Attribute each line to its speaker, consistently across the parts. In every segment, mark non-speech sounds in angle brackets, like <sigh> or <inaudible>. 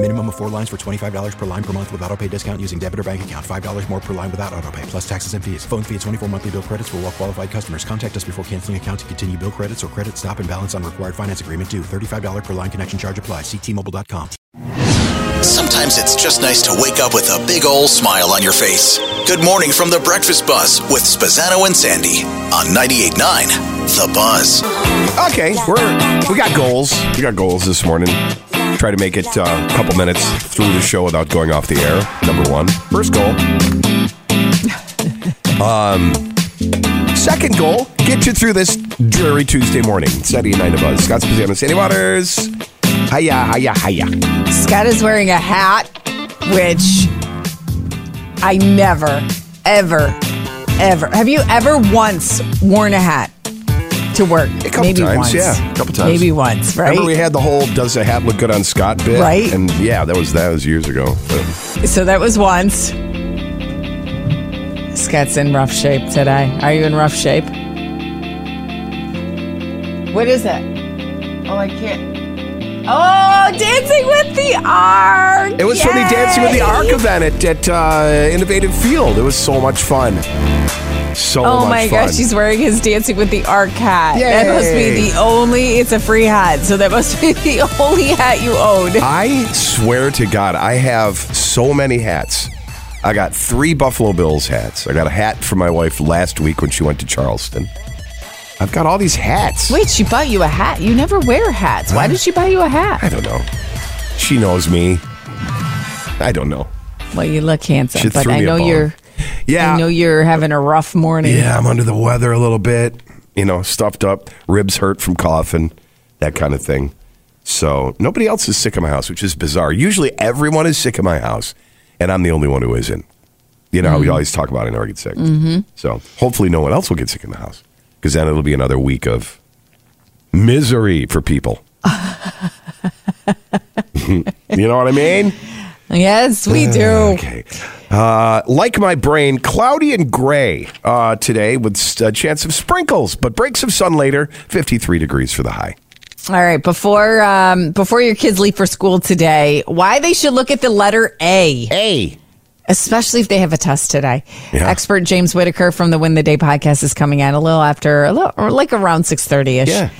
Speaker 1: Minimum of four lines for $25 per line per month with auto pay discount using debit or bank account. $5 more per line without auto pay, plus taxes and fees. Phone fee at 24 monthly bill credits for all well qualified customers. Contact us before canceling account to continue bill credits or credit stop and balance on required finance agreement due. $35 per line connection charge applies. Ctmobile.com.
Speaker 2: Sometimes it's just nice to wake up with a big ol' smile on your face. Good morning from the Breakfast Buzz with Spazzano and Sandy on 98.9 The Buzz.
Speaker 3: Okay, we're we got goals. We got goals this morning. Try to make it uh, a couple minutes through the show without going off the air. Number one, first
Speaker 4: <laughs>
Speaker 3: goal. Um, second goal: get you through this dreary Tuesday morning. Saturday night of us. Scott Spaziano, Sandy Waters. Hiya, hiya, hiya.
Speaker 4: Scott is wearing a hat, which I never, ever, ever. Have you ever once worn a hat to work?
Speaker 3: A couple
Speaker 4: Maybe
Speaker 3: times,
Speaker 4: once.
Speaker 3: yeah, a couple times.
Speaker 4: Maybe once, right?
Speaker 3: Remember we had the whole "Does the hat look good on Scott?" bit,
Speaker 4: Right.
Speaker 3: And yeah, that was that was years ago. But
Speaker 4: so that was once. Scott's in rough shape today. Are you in rough shape? What is it? Oh, I can't. Oh, Dancing with the Ark!
Speaker 3: It was from the Dancing with the
Speaker 4: Yay!
Speaker 3: Ark event at, at uh, Innovative Field. It was so much fun. So
Speaker 4: Oh
Speaker 3: much
Speaker 4: my
Speaker 3: fun.
Speaker 4: gosh, he's wearing his Dancing with the Ark hat. That must
Speaker 3: Yay.
Speaker 4: be the only, it's a free hat, so that must <laughs> be the only hat you own.
Speaker 3: I swear to God, I have so many hats. I got three Buffalo Bills hats. I got a hat for my wife last week when she went to Charleston. I've got all these hats.
Speaker 4: Wait, she bought you a hat? You never wear hats. Why did she buy you
Speaker 3: I
Speaker 4: a
Speaker 3: <laughs>
Speaker 4: hat?
Speaker 3: don't know. She knows me. I don't know.
Speaker 4: Well, you look handsome,
Speaker 3: She
Speaker 4: but
Speaker 3: threw
Speaker 4: I
Speaker 3: me a
Speaker 4: know
Speaker 3: bone.
Speaker 4: you're.
Speaker 3: Yeah.
Speaker 4: I know you're having a rough morning.
Speaker 3: Yeah, I'm under the weather a little bit. You know, stuffed up, ribs hurt from coughing, that kind of thing. So nobody else is sick in my house, which is bizarre. Usually everyone is sick in my house, and I'm the only one who isn't. You know, how we always talk about I never get sick. Mm-hmm. So hopefully no one else will get sick in the house because then it'll be another week of misery for people. <laughs> you know what I mean?
Speaker 4: Yes, we do.
Speaker 3: Okay. Uh, like my brain, cloudy and gray uh, today with a chance of sprinkles, but breaks of sun later, 53 degrees for the high.
Speaker 4: All right, before um, before your kids leave for school today, why they should look at the letter A.
Speaker 3: Hey.
Speaker 4: especially if they have a test today.
Speaker 3: Yeah.
Speaker 4: Expert James Whitaker from the Win the Day podcast is coming out a little after, a little, or like around six thirty ish.
Speaker 3: Yeah.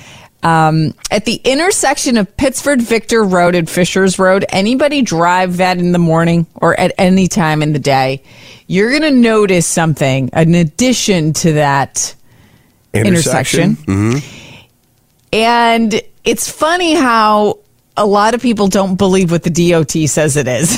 Speaker 4: Um, at the intersection of Pittsford Victor Road and Fishers Road, anybody drive that in the morning or at any time in the day, you're going to notice something in addition to that intersection. And it's funny how a lot of people don't believe what the DOT says it is. <laughs>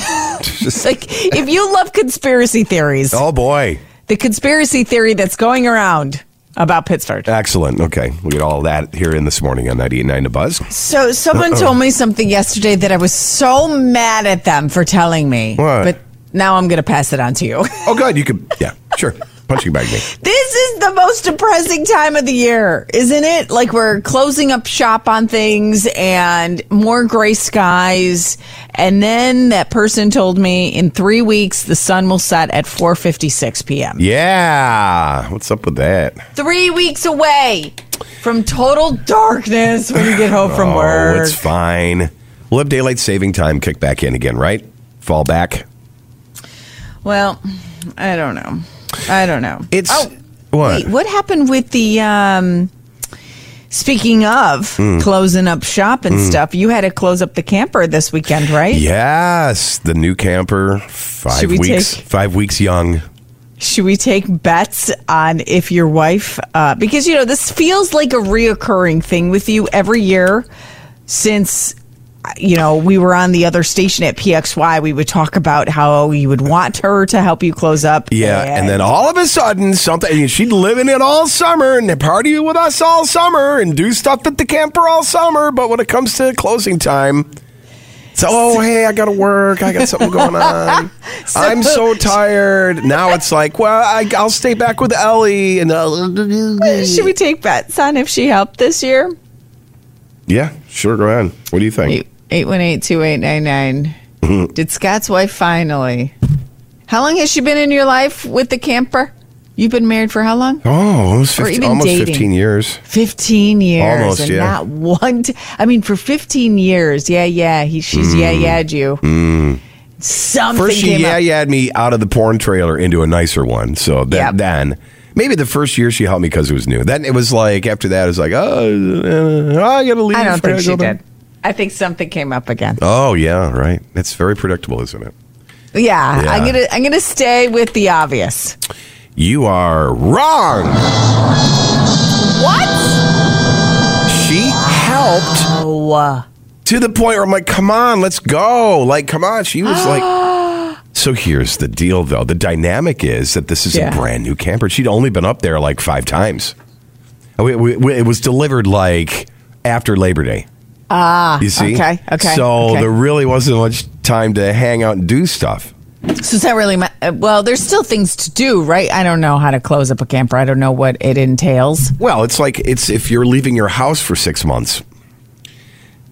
Speaker 4: it's like if you love conspiracy theories,
Speaker 3: Oh, boy.
Speaker 4: the conspiracy theory that's going around about Pittsburgh.
Speaker 3: Excellent. Okay. We'll get all that here in this morning on 98.9 The Buzz.
Speaker 4: So someone told me something yesterday that I was so mad at them for telling me.
Speaker 3: What?
Speaker 4: But now I'm going to pass it on to you. <laughs>
Speaker 3: Oh, good. You could, yeah, sure. Punching bag me.
Speaker 4: This is the most depressing time of the year, isn't it? Like we're closing up shop on things and more gray skies. And then that person told me in three weeks the sun will set at 4:56 p.m.
Speaker 3: Yeah. What's up with that?
Speaker 4: Three weeks away from total darkness when you get home from
Speaker 3: Oh,
Speaker 4: work.
Speaker 3: it's fine. We'll have daylight saving time kick back in again, right? Fall back.
Speaker 4: Well, I don't know. I don't know.
Speaker 3: It's.
Speaker 4: Oh,
Speaker 3: what?
Speaker 4: Wait, what happened with the um speaking of
Speaker 3: Hmm.
Speaker 4: closing up shop and stuff, you had to close up the camper this weekend, right?
Speaker 3: Yes, the new camper, five
Speaker 4: Should we
Speaker 3: weeks,
Speaker 4: take-
Speaker 3: five weeks young.
Speaker 4: Should we take bets on if your wife uh because you know this feels like a reoccurring thing with you every year since you know, we were on the other station at PXY. We would talk about how you would want her to help you close up.
Speaker 3: Yeah, and then all of a sudden, something and she'd live in it all summer and party with us all summer and do stuff at the camper all summer. But when it comes to closing time, it's oh hey, I gotta work, I got something going
Speaker 4: <laughs>
Speaker 3: on, I'm so tired. Now it's like, well, I, I'll stay back with Ellie and uh,
Speaker 4: <laughs>
Speaker 3: I'll-
Speaker 4: should we take bets on if she helped this year?
Speaker 3: yeah, sure, go ahead. What do you think?
Speaker 4: Eight one eight two eight nine nine.
Speaker 3: Mm-hmm.
Speaker 4: Did Scott's wife finally? How long has she been in your life with the camper? You've been married for how long?
Speaker 3: Oh, almost
Speaker 4: Or
Speaker 3: 15,
Speaker 4: even
Speaker 3: almost
Speaker 4: dating.
Speaker 3: 15 years.
Speaker 4: 15 years
Speaker 3: Almost,
Speaker 4: and
Speaker 3: yeah.
Speaker 4: not one t- I mean for 15 years yeah yeah he she's yeah yeah you something
Speaker 3: Mm-hmm. First, she
Speaker 4: came
Speaker 3: yeah
Speaker 4: up
Speaker 3: yahed me out of the porn trailer into a nicer one. So that,
Speaker 4: Yep.
Speaker 3: then, maybe the first year she helped me because it was new. Then it was like, after that, it was like, oh, uh, I got to leave.
Speaker 4: I don't think
Speaker 3: gotta
Speaker 4: she
Speaker 3: go
Speaker 4: did
Speaker 3: back.
Speaker 4: I think something came up again
Speaker 3: Oh, yeah, right. That's very predictable, isn't it?
Speaker 4: yeah,
Speaker 3: Yeah.
Speaker 4: I'm gonna I'm gonna stay with the obvious
Speaker 3: You are wrong.
Speaker 4: what
Speaker 3: She helped
Speaker 4: oh uh,
Speaker 3: to the point where I'm like, come on, let's go. Like, come on. She was like,
Speaker 4: <gasps>
Speaker 3: so here's the deal, though. The dynamic is that this is
Speaker 4: Yeah.
Speaker 3: a brand new camper. She'd only been up there like five times. We- we- we- it was delivered like after Labor Day. Ah, you see?
Speaker 4: okay, okay,
Speaker 3: So
Speaker 4: okay.
Speaker 3: there really wasn't much time to hang out and do stuff.
Speaker 4: so is that really my, uh, well there's still things to do right I don't know how to close up a camper I don't know what it entails
Speaker 3: Well, it's like it's if you're leaving your house for six months.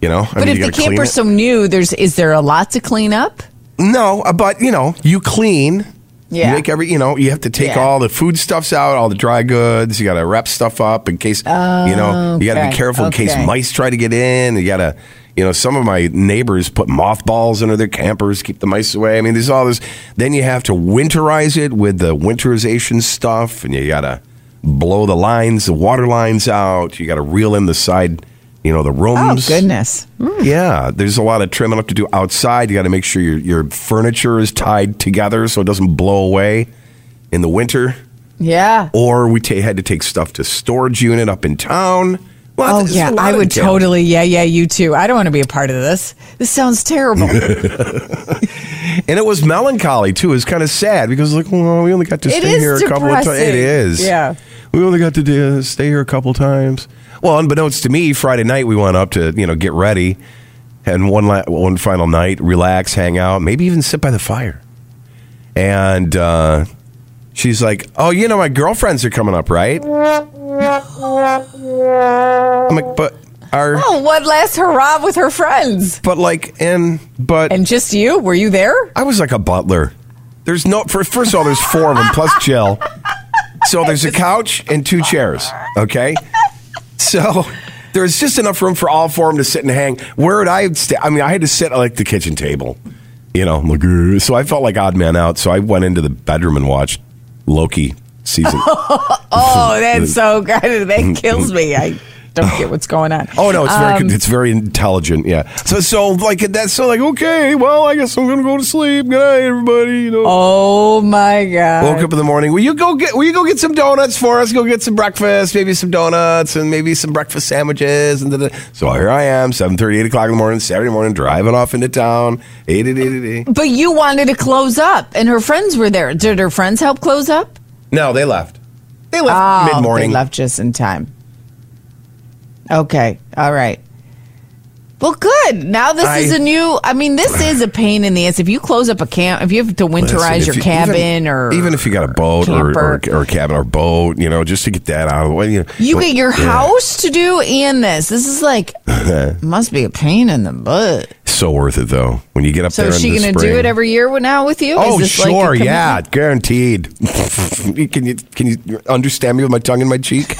Speaker 3: You know, I
Speaker 4: but
Speaker 3: mean,
Speaker 4: if
Speaker 3: you
Speaker 4: the
Speaker 3: gotta clean
Speaker 4: camper's
Speaker 3: it.
Speaker 4: so new there's is there a lot to clean up
Speaker 3: No, uh, but you know, you clean.
Speaker 4: Yeah.
Speaker 3: You make every you know, you have to take
Speaker 4: Yeah.
Speaker 3: all the food stuffs out, all the dry goods, you gotta wrap stuff up in case you know, you gotta be
Speaker 4: okay,
Speaker 3: careful in
Speaker 4: okay.
Speaker 3: case mice try to get in. You gotta you know, some of my neighbors put mothballs under their campers, keep the mice away. I mean, there's all this then you have to winterize it with the winterization stuff and you gotta blow the lines, the water lines out, you gotta reel in the side you know, the
Speaker 4: oh
Speaker 3: rooms.
Speaker 4: goodness
Speaker 3: Yeah, there's a lot of trimming up to do outside. You got to make sure your, your furniture is tied together so it doesn't blow away in the winter.
Speaker 4: yeah
Speaker 3: Or we ta had to take stuff to storage unit up in town. Well,
Speaker 4: Oh
Speaker 3: there's a
Speaker 4: yeah,
Speaker 3: lot
Speaker 4: I
Speaker 3: of
Speaker 4: would
Speaker 3: detail.
Speaker 4: totally. Yeah, yeah, you too. I don't want to be a part of this. This sounds
Speaker 3: <laughs>
Speaker 4: terrible. it
Speaker 3: And it was melancholy too. It was kind of sad because like, well, we only got to
Speaker 4: It
Speaker 3: stay
Speaker 4: is
Speaker 3: here a couple of times. It
Speaker 4: depressing.
Speaker 3: is.
Speaker 4: Yeah.
Speaker 3: We only got to do, stay here a couple times. Well, unbeknownst to me, Friday night we went up to you know get ready, and one la- one final night, relax, hang out, maybe even sit by the fire. And uh, she's like, "Oh, you know my girlfriends are coming up, right?" I'm like, "But are
Speaker 4: oh, one last hurrah with her friends.
Speaker 3: but like and but
Speaker 4: And just you? Were you there?
Speaker 3: I was like a butler. There's no for, first of all, there's four of them plus Jill. So there's a couch and two chairs. Okay, so there's just enough room for all four of them to sit and hang. Where would I stay? I mean, I had to sit at like the kitchen table. You know, I'm like, "Ugh." so I felt like odd man out. So I went into the bedroom and watched Loki season.
Speaker 4: <laughs> Oh, that's so good. <laughs> That kills me. I don't
Speaker 3: <laughs>
Speaker 4: get what's going on.
Speaker 3: Oh no, it's very
Speaker 4: Um,
Speaker 3: it's very intelligent. Yeah. So so like that's so like okay. Well, I guess I'm gonna go to sleep. Good night, everybody. You know.
Speaker 4: Oh my
Speaker 3: Woke
Speaker 4: god.
Speaker 3: up in the morning. Will you go get? Will you go get some donuts for us? Go get some breakfast, maybe some donuts, and maybe some breakfast sandwiches. And da-da. so here I am, 7:30, 8 o'clock in the morning, Saturday morning, driving off into town. Eight, eight, eight, eight, eight.
Speaker 4: But you wanted to close up, and her friends were there. Did her friends help close up?
Speaker 3: No, they left. They left
Speaker 4: Oh,
Speaker 3: mid morning.
Speaker 4: They left just in time. Okay. All right. Well, good. Now this
Speaker 3: I-
Speaker 4: is a new. I mean, this is a pain in the ass. If you close up a camp, if you have to winterize your cabin, or
Speaker 3: even if you got a boat or, or,
Speaker 4: camper.
Speaker 3: or a cabin or boat, you know, just to get that out of the way. You, know,
Speaker 4: you
Speaker 3: like-
Speaker 4: get your
Speaker 3: Yeah.
Speaker 4: house to do and this, this is like
Speaker 3: <laughs>
Speaker 4: must be a pain in the butt.
Speaker 3: So worth it though. When you get up
Speaker 4: So
Speaker 3: there,
Speaker 4: is
Speaker 3: in
Speaker 4: she
Speaker 3: the
Speaker 4: going to do
Speaker 3: spring.
Speaker 4: it every year with- now with you? Is
Speaker 3: Oh,
Speaker 4: this like a
Speaker 3: sure,
Speaker 4: commitment?
Speaker 3: yeah, guaranteed. <laughs> can you can you understand me with my tongue in my cheek?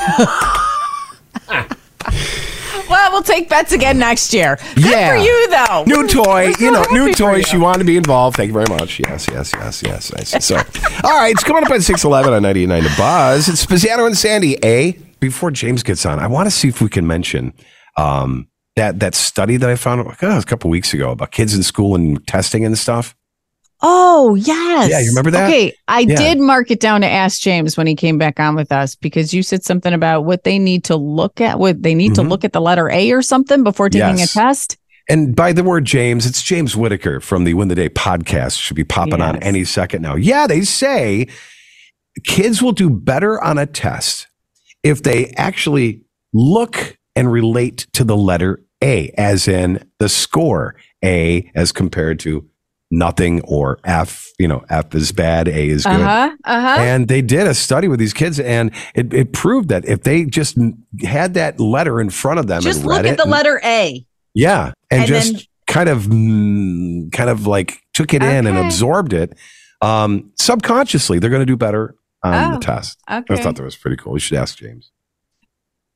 Speaker 4: Well, we'll take bets again next year. Good
Speaker 3: Yeah.
Speaker 4: for you though.
Speaker 3: New toy,
Speaker 4: We're so
Speaker 3: you know,
Speaker 4: happy
Speaker 3: new
Speaker 4: for
Speaker 3: toy.
Speaker 4: you.
Speaker 3: She wanted to be involved. Thank you very much. Yes, yes, yes, yes. Nice. So, all right, it's coming up at six eleven on ninety nine to Buzz. It's Spaziano and Sandy. A before James gets on, I want to see if we can mention um, that that study that I found like, oh, a couple weeks ago about kids in school and testing and stuff.
Speaker 4: Oh, yes.
Speaker 3: Yeah, you remember that?
Speaker 4: Okay, I
Speaker 3: Yeah.
Speaker 4: did mark it down to ask James when he came back on with us because you said something about what they need to look at, what they need to look at the letter A or something before taking
Speaker 3: Mm-hmm. Yes.
Speaker 4: a test.
Speaker 3: And by the word James, it's James Whitaker from the Win the Day podcast. Should be popping on
Speaker 4: Yes.
Speaker 3: any second now. Yeah, they say kids will do better on a test if they actually look and relate to the letter A, as in the score A, as compared to nothing or F. You know, F is bad, A is good.
Speaker 4: Uh-huh. Uh-huh.
Speaker 3: And they did a study with these kids, and it, it proved that if they just had that letter in front of them,
Speaker 5: Just
Speaker 3: and read
Speaker 5: look at
Speaker 3: it
Speaker 5: the
Speaker 3: and-
Speaker 5: letter A.
Speaker 3: yeah, and,
Speaker 5: And
Speaker 3: just
Speaker 5: then-
Speaker 3: kind of, mm, kind of like took it in and
Speaker 5: Okay.
Speaker 3: absorbed it. Um, subconsciously, they're going to do better on
Speaker 4: Oh,
Speaker 3: the test. I
Speaker 4: okay.
Speaker 3: thought that was pretty cool. We should ask James.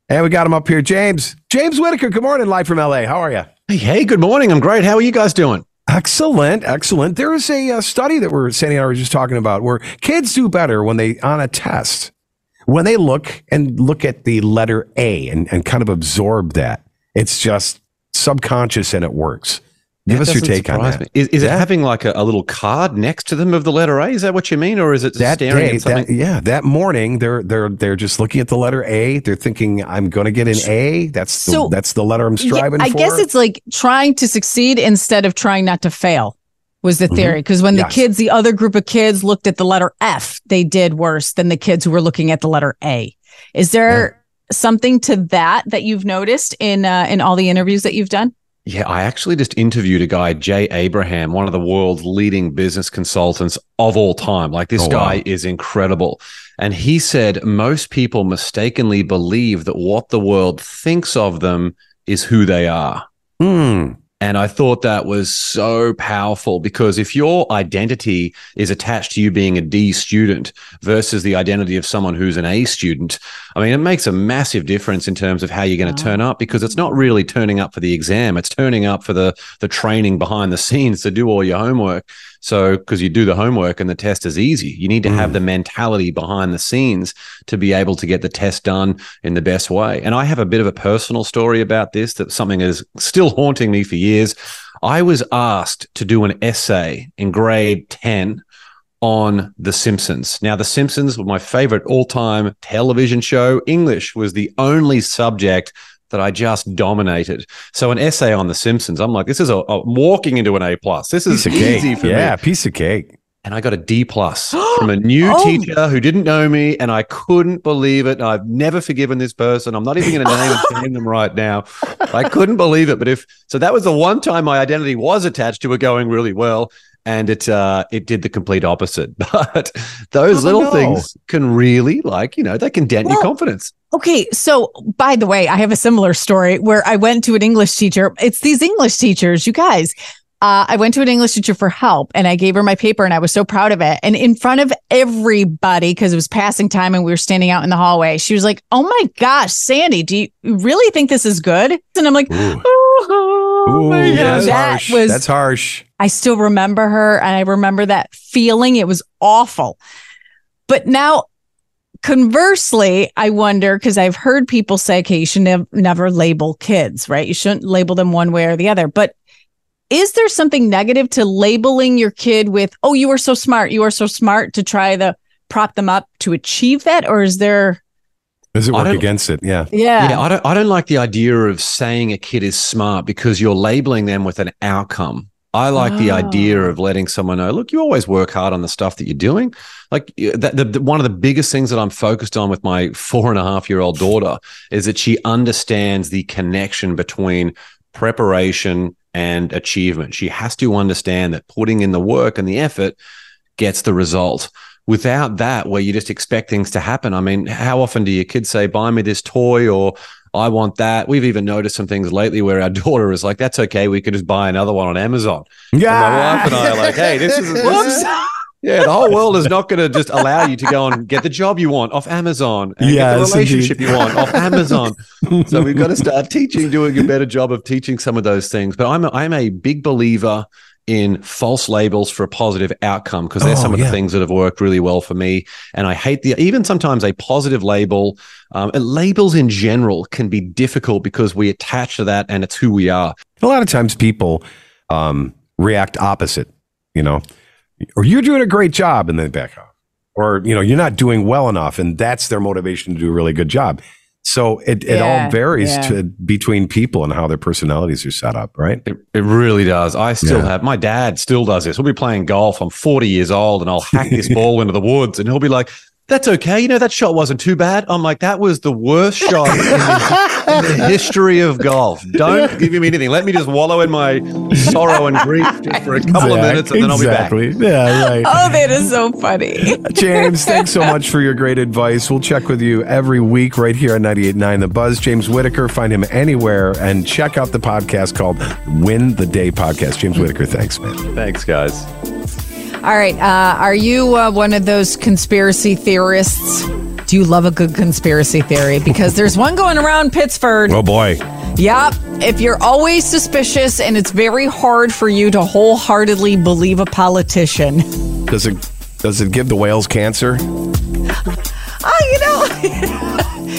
Speaker 3: And we got him up here, James. James Whitaker. Good morning, live from L.A. How are you?
Speaker 6: Hey, hey, good morning. I'm great. How are you guys doing?
Speaker 3: Excellent, excellent. There is a, uh study that we're Sandy and I were just talking about where kids do better when they on a test when they look and look at the letter A and, and kind of absorb that. It's just subconscious and it works. Give us your
Speaker 6: doesn't
Speaker 3: take on
Speaker 6: surprise
Speaker 3: that.
Speaker 6: me. Is, is
Speaker 3: Yeah.
Speaker 6: it having like a, a little card next to them of the letter A? Is that what you mean, or is it
Speaker 3: That
Speaker 6: staring
Speaker 3: day,
Speaker 6: at something?
Speaker 3: that, yeah, that morning they're they're they're just looking at the letter A. They're thinking, "I'm going to get an A." That's
Speaker 4: So-
Speaker 3: the, that's the letter I'm
Speaker 4: Yeah,
Speaker 3: striving
Speaker 4: I
Speaker 3: for.
Speaker 4: guess it's like trying to succeed instead of trying not to fail was the theory. Because when
Speaker 3: Mm-hmm. Yes.
Speaker 4: the kids, the other group of kids looked at the letter F, they did worse than the kids who were looking at the letter A. Is there something to that that you've noticed in uh, in all the interviews that you've done?
Speaker 6: Yeah, I actually just interviewed a guy, Jay Abraham, one of the world's leading business consultants of all time. Like this
Speaker 3: Oh, wow.
Speaker 6: guy is incredible. And he said most people mistakenly believe that what the world thinks of them is who they are.
Speaker 3: Hmm.
Speaker 6: And I thought that was so powerful because if your identity is attached to you being a D student versus the identity of someone who's an A student, I mean, it makes a massive difference in terms of how you're going to turn up because it's not really turning up for the exam. It's turning up for the, the training behind the scenes to do all your homework. So, because you do the homework and the test is easy, you need to have the mentality behind the scenes to be able to get the test done in the best way. And I have a bit of a personal story about this that something that is still haunting me for years. I was asked to do an essay in grade 10 on The Simpsons. Now, The Simpsons were my favorite all time television show. English was the only subject that I just dominated. So, an essay on The Simpsons, I'm like, this is a, a walking into an A plus. This
Speaker 3: Piece
Speaker 6: is
Speaker 3: of cake.
Speaker 6: easy for me
Speaker 3: yeah, piece of cake.
Speaker 6: and I got a D plus from a new
Speaker 4: Oh.
Speaker 6: teacher who didn't know me, and I couldn't believe it. I've never forgiven this person. I'm not even going to name and shame them right now. I couldn't believe it. But if so, that was the one time my identity was attached to it going really well, and it uh, it did the complete opposite. <laughs> But those
Speaker 3: Oh,
Speaker 6: little
Speaker 3: no.
Speaker 6: things can really, like you know, they can dent your
Speaker 4: Well,
Speaker 6: confidence.
Speaker 4: Okay, so by the way, I have a similar story where I went to an English teacher. It's these English teachers, you guys. Uh, I went to an English teacher for help and I gave her my paper and I was so proud of it. And in front of everybody, because it was passing time and we were standing out in the hallway, she was like, Oh my gosh, Sandy, do you really think this is good? And I'm like,
Speaker 3: Ooh.
Speaker 4: Oh, my
Speaker 3: Ooh,
Speaker 4: gosh.
Speaker 3: that's
Speaker 4: That
Speaker 3: harsh.
Speaker 4: was
Speaker 3: that's harsh.
Speaker 4: I still remember her and I remember that feeling. It was awful. But now, conversely, I wonder because I've heard people say, okay, you should nev- never label kids, right? You shouldn't label them one way or the other. But is there something negative to labeling your kid with, oh, you are so smart, you are so smart to try to prop them up to achieve that? Or is there,
Speaker 3: Does it
Speaker 6: I
Speaker 3: work
Speaker 6: don't-
Speaker 3: against it? Yeah.
Speaker 4: yeah.
Speaker 6: Yeah, I don't I don't like the idea of saying a kid is smart because you're labeling them with an outcome. I like the idea
Speaker 4: Oh.
Speaker 6: of letting someone know, look, you always work hard on the stuff that you're doing. Like y- that, the, the, one of the biggest things that I'm focused on with my four and a half year old daughter is that she understands the connection between preparation and achievement. She has to understand that putting in the work and the effort gets the result. Without that, where you just expect things to happen. I mean, how often do your kids say, buy me this toy or I want that? We've even noticed some things lately where our daughter is like, that's okay. We could just buy another one on Amazon. And my wife and I are like, hey,
Speaker 3: <laughs>
Speaker 6: this is,
Speaker 3: Whoops.
Speaker 6: whoops. Yeah, the whole world is not going to just allow you to go and get the job you want off Amazon
Speaker 3: <laughs>
Speaker 6: and get
Speaker 3: Yes,
Speaker 6: the relationship
Speaker 3: indeed.
Speaker 6: you want off Amazon. <laughs> so we've got to start teaching, doing a better job of teaching some of those things. But I'm a, I'm a big believer in false labels for a positive outcome because they're
Speaker 3: Oh,
Speaker 6: some of
Speaker 3: yeah.
Speaker 6: the things that have worked really well for me. And I hate the even sometimes a positive label. Um, and labels in general can be difficult because we attach to that and it's who we are.
Speaker 3: A lot of times people um, react opposite, you know, or you're doing a great job and then back off, or, you know, you're not doing well enough and that's their motivation to do a really good job. So it, it
Speaker 4: Yeah,
Speaker 3: all varies
Speaker 4: yeah.
Speaker 3: to between people and how their personalities are set up, right?
Speaker 6: It, it really does. I still
Speaker 3: Yeah.
Speaker 6: have my dad still does this. We'll be playing golf. I'm 40 years old and I'll hack this ball into the woods and he'll be like, that's okay. You know, that shot wasn't too bad. I'm like, that was the worst shot in the, in the history of golf. Don't give him anything. Let me just wallow in my sorrow and grief just for a couple of minutes and then I'll be back.
Speaker 3: exactly. Yeah, right.
Speaker 4: <laughs> Oh, that is so funny.
Speaker 3: James, thanks so much for your great advice. We'll check with you every week right here on 98.9 The Buzz. James Whitaker, find him anywhere and check out the podcast called Win the Day Podcast. James Whitaker, thanks, man.
Speaker 6: Thanks, guys.
Speaker 4: All right. Uh, are you uh, one of those conspiracy theorists? Do you love a good conspiracy theory? Because there's one going
Speaker 3: <laughs>
Speaker 4: around Pittsburgh.
Speaker 3: Oh, boy.
Speaker 4: Yep. If you're always suspicious and it's very hard for you to wholeheartedly believe a politician. <laughs>
Speaker 3: Does it does it give the whales cancer?
Speaker 4: Oh, you know,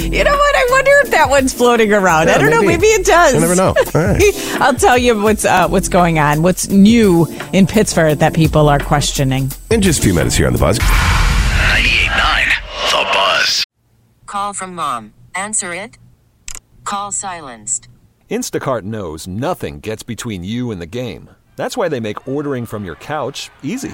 Speaker 4: <laughs> you know what? I wonder if that one's floating around. I
Speaker 3: Yeah,
Speaker 4: don't know.
Speaker 3: maybe.
Speaker 4: Maybe it does.
Speaker 3: You never know. All right.
Speaker 4: <laughs> I'll tell you what's uh, what's going on. What's new in Pittsburgh that people are questioning.
Speaker 3: In just a few minutes here on The Buzz.
Speaker 2: 98.9 The Buzz.
Speaker 7: Call from mom. Answer it. Call silenced.
Speaker 8: Instacart knows nothing gets between you and the game. That's why they make ordering from your couch easy.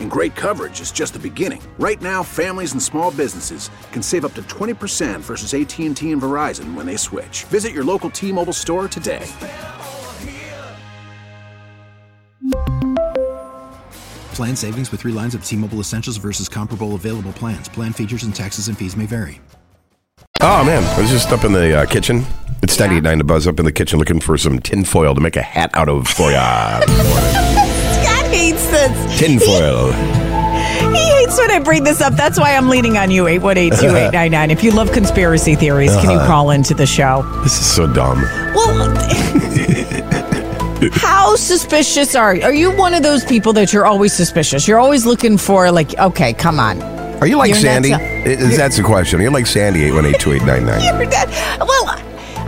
Speaker 9: And great coverage is just the beginning. Right now, families and small businesses can save up to 20% versus AT&T and Verizon when they switch. Visit your local T-Mobile store today.
Speaker 1: Plan savings with three lines of T Mobile Essentials versus comparable available plans. Plan features and taxes and fees may vary.
Speaker 3: Oh, man. I was just up in the uh, kitchen. It's 98.9 The Buzz up in the kitchen looking for some tinfoil to make a hat out of for
Speaker 4: <laughs>
Speaker 3: ya.
Speaker 4: Scott hates this.
Speaker 3: tinfoil.
Speaker 4: He hates when I bring this up. That's why I'm leaning on you, 818-2899. If you love conspiracy theories, can you call into the show?
Speaker 3: This is so dumb.
Speaker 4: Well, how suspicious are you? Are you one of those people that you're always suspicious? You're always looking for, like, okay, come on.
Speaker 3: Are you like
Speaker 4: You're not
Speaker 3: Sandy?
Speaker 4: so-
Speaker 3: Is- That's the question. Are you like Sandy,
Speaker 4: <laughs>
Speaker 3: 818
Speaker 4: You're dead. Well,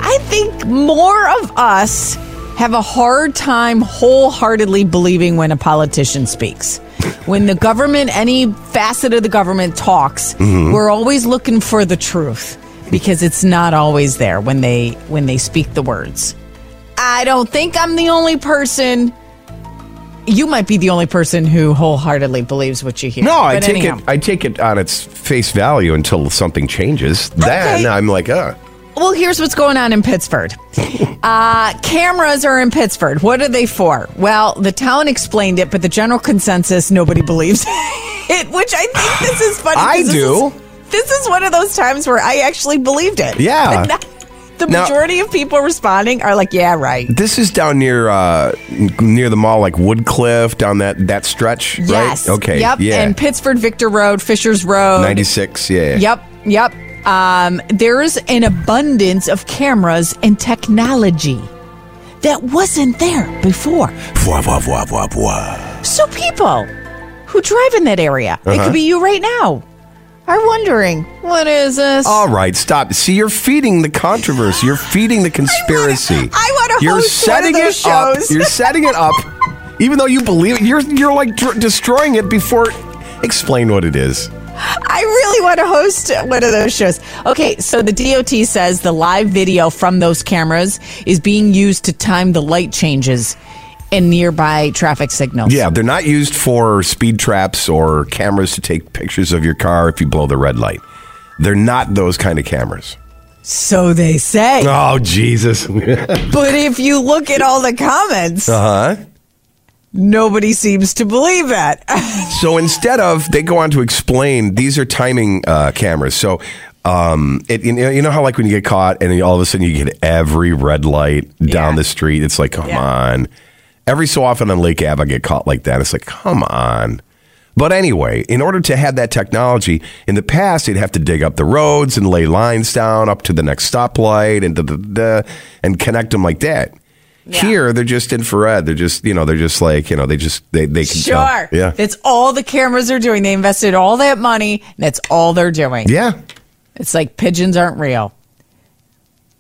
Speaker 4: I think more of us have a hard time wholeheartedly believing when a politician speaks. When the government, any facet of the government talks,
Speaker 3: Mm-hmm.
Speaker 4: we're always looking for the truth because it's not always there when they when they speak the words. I don't think I'm the only person. You might be the only person who wholeheartedly believes what you hear.
Speaker 3: No, I
Speaker 4: But
Speaker 3: take
Speaker 4: anyhow.
Speaker 3: it. I take it on its face value until something changes. Then
Speaker 4: Okay.
Speaker 3: I'm like, uh,
Speaker 4: Well, here's what's going on
Speaker 3: <laughs>
Speaker 4: in Pittsburgh. Uh, cameras are in Pittsburgh. What are they for? Well, the town explained it, but the general consensus nobody believes <laughs> it, which I think this is funny. 'cause
Speaker 3: I
Speaker 4: this
Speaker 3: do.
Speaker 4: is- this is one of those times where I actually believed it.
Speaker 3: Yeah.
Speaker 4: <laughs> But not- the
Speaker 3: Now-
Speaker 4: majority of people responding are like, yeah, right.
Speaker 3: this is down near uh, n- near the mall, like Woodcliff, down that that stretch.
Speaker 4: Yes.
Speaker 3: Right? Okay.
Speaker 4: Yep.
Speaker 3: Yeah.
Speaker 4: And Pittsford Victor Road, Fisher's Road.
Speaker 3: Ninety six. Yeah.
Speaker 4: Yep. Yep. Um, there's an abundance of cameras and technology that wasn't there before.
Speaker 3: Voila, voila, voila, voila, voila.
Speaker 4: So people who drive in that area, it could be you right now, are wondering what is this?
Speaker 3: All right, stop. See, you're feeding the controversy. You're feeding the conspiracy.
Speaker 4: I wanna
Speaker 3: You're
Speaker 4: host one of
Speaker 3: setting
Speaker 4: those
Speaker 3: it up.
Speaker 4: shows. <laughs>
Speaker 3: You're setting it up, even though you believe it. You're you're like dr- destroying it before. Explain what it is.
Speaker 4: I really want to host one of those shows. Okay, so the DOT says the live video from those cameras is being used to time the light changes in nearby traffic signals.
Speaker 3: Yeah, they're not used for speed traps or cameras to take pictures of your car if you blow the red light. They're not those kind of cameras.
Speaker 4: So they say.
Speaker 3: Oh, Jesus. Uh-huh.
Speaker 4: But if you look at all the comments,
Speaker 3: uh huh.
Speaker 4: nobody seems to believe that. <laughs>
Speaker 3: So instead of, they go on to explain these are timing uh, cameras. So, um, it, you, know, you know how, like, when you get caught and then all of a sudden you get every red light down
Speaker 4: Yeah.
Speaker 3: the street? It's like, come on. Every so often on Lake Ave, I get caught like that. It's like, come on. But anyway, in order to have that technology, in the past, you'd have to dig up the roads and lay lines down up to the next stoplight and da, da, da, da, and connect them like that. Here, they're just infrared. They're just, you know, they're just like, you know, they just, they, they can
Speaker 4: Sure.
Speaker 3: tell. Yeah.
Speaker 4: That's all the cameras are doing. They invested all that money, and that's all they're doing.
Speaker 3: yeah.
Speaker 4: It's like pigeons aren't real.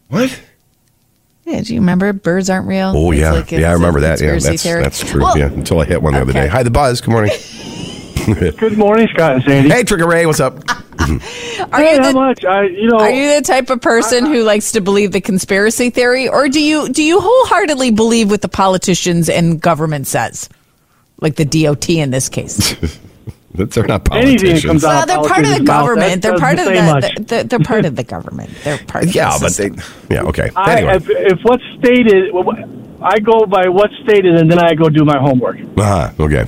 Speaker 3: What?
Speaker 4: Yeah, do you remember birds aren't real?
Speaker 3: Oh,
Speaker 4: It's
Speaker 3: yeah.
Speaker 4: like it's
Speaker 3: yeah, I
Speaker 4: a
Speaker 3: remember that. Yeah,
Speaker 4: conspiracy
Speaker 3: that's,
Speaker 4: theory.
Speaker 3: that's true.
Speaker 4: Well,
Speaker 3: yeah. Until I hit one the other
Speaker 4: okay.
Speaker 3: day. Hi, the buzz. Good
Speaker 4: <laughs>
Speaker 3: morning.
Speaker 5: Good morning, Scott and Sandy.
Speaker 3: hey, Trigger Ray. What's up?
Speaker 4: Are you
Speaker 5: How
Speaker 4: the
Speaker 5: much? I, you know,
Speaker 4: Are you the type of person who likes to believe the conspiracy theory, or do you do you wholeheartedly believe what the politicians and government says, like the DOT in this case?
Speaker 3: They're not politicians.
Speaker 5: anything that comes out
Speaker 4: well, they're part
Speaker 5: politicians' mouth, that
Speaker 4: of the government. They're
Speaker 5: doesn't
Speaker 4: part of
Speaker 5: say
Speaker 4: the,
Speaker 5: much.
Speaker 4: the, they're part of the government. They're part. Of
Speaker 3: Yeah,
Speaker 4: the
Speaker 3: but
Speaker 4: system.
Speaker 3: they. Yeah, okay.
Speaker 5: I,
Speaker 3: anyway.
Speaker 5: if, if what's stated, I go by what's stated, and then I go do my homework.
Speaker 3: Ah, okay.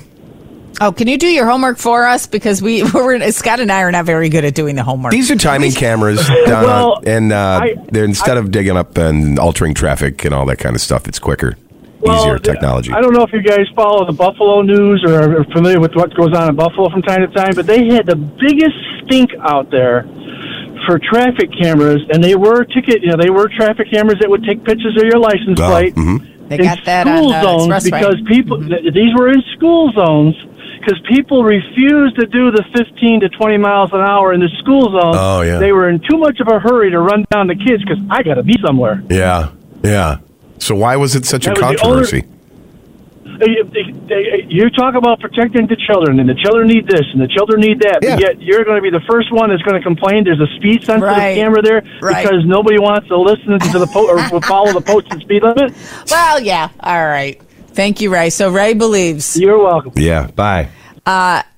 Speaker 4: Oh, can you do your homework for us because we <laughs> we're, Scott and I are not very good at doing the homework.
Speaker 3: These are timing
Speaker 5: <laughs>
Speaker 3: cameras, Donna,
Speaker 5: Well,
Speaker 3: and uh,
Speaker 5: I-
Speaker 3: they're instead of digging up and altering traffic and all that kind of stuff, it's quicker, easier
Speaker 5: th-
Speaker 3: technology.
Speaker 5: I don't know if you guys follow the Buffalo news or are familiar with what goes on in Buffalo from time to time, but they had the biggest stink out there for traffic cameras, and they were ticket. You know, they were traffic cameras that would take pictures of your license
Speaker 3: Oh,
Speaker 5: plate.
Speaker 4: They
Speaker 5: in
Speaker 4: got that on
Speaker 5: school
Speaker 4: the
Speaker 5: zones
Speaker 4: expressway. Mm-hmm.
Speaker 5: because people th- these were in school zones because people refused to do the 15 to 20 miles an hour in the school zone.
Speaker 3: Oh, yeah.
Speaker 5: They were in too much of a hurry to run down the kids because I got to be somewhere.
Speaker 3: Yeah, yeah. So why was it such a
Speaker 5: That was the only-
Speaker 3: controversy?
Speaker 5: They- they- they- You talk about protecting the children, and the children need this, and the children need that.
Speaker 3: Yeah.
Speaker 5: But yet, you're going to be the first one that's going to complain. There's a speed sensitive
Speaker 4: Right.
Speaker 5: camera there
Speaker 4: Right.
Speaker 5: because nobody wants to listen to the po- or follow the posted speed limit.
Speaker 4: <laughs> well, yeah. All right. Thank you, Ray. So Ray believes uh,
Speaker 5: You're welcome.
Speaker 3: Yeah, bye.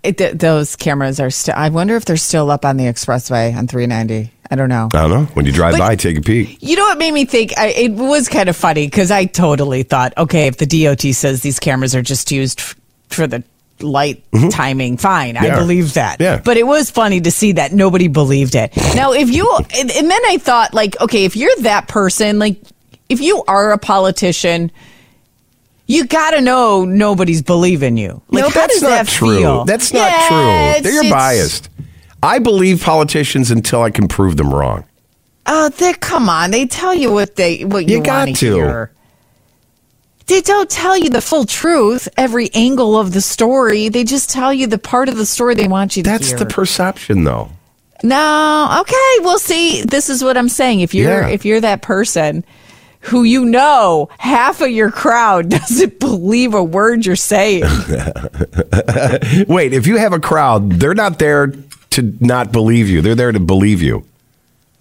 Speaker 4: it, th- those cameras are still. I wonder if they're still up on the expressway on 390. I don't know.
Speaker 3: I don't know. When you drive
Speaker 4: But-
Speaker 3: by, take a peek.
Speaker 4: You know what made me think? I, it was kind of funny because I totally thought, okay, if the DOT says these cameras are just used f- for the light timing, fine,
Speaker 3: They
Speaker 4: I
Speaker 3: are.
Speaker 4: believe that.
Speaker 3: Mm-hmm. Yeah.
Speaker 4: But it was funny to see that nobody
Speaker 3: <laughs>
Speaker 4: believed it. Now, if you, and, and then I thought, like, okay, if you're that person, like, if you are a politician, you gotta know nobody's believing you. Like,
Speaker 3: no,
Speaker 4: how
Speaker 3: that's
Speaker 4: does
Speaker 3: not
Speaker 4: that
Speaker 3: true.
Speaker 4: feel?
Speaker 3: That's not
Speaker 4: Yeah,
Speaker 3: true.
Speaker 4: it's-
Speaker 3: They're you're
Speaker 4: it's-
Speaker 3: biased. I believe politicians until I can prove them wrong.
Speaker 4: Oh, they come on! They tell you what they what you,
Speaker 3: You got
Speaker 4: wanna
Speaker 3: to.
Speaker 4: hear. They don't tell you the full truth, every angle of the story. They just tell you the part of the story they want you to
Speaker 3: That's
Speaker 4: hear.
Speaker 3: the perception, though.
Speaker 4: no, okay. Well, see, this is what I'm saying. If you're
Speaker 3: Yeah.
Speaker 4: if you're that person who you know half of your crowd <laughs> doesn't believe a word you're saying,
Speaker 3: Wait, if you have a crowd, they're not there to not believe you. They're there to believe you,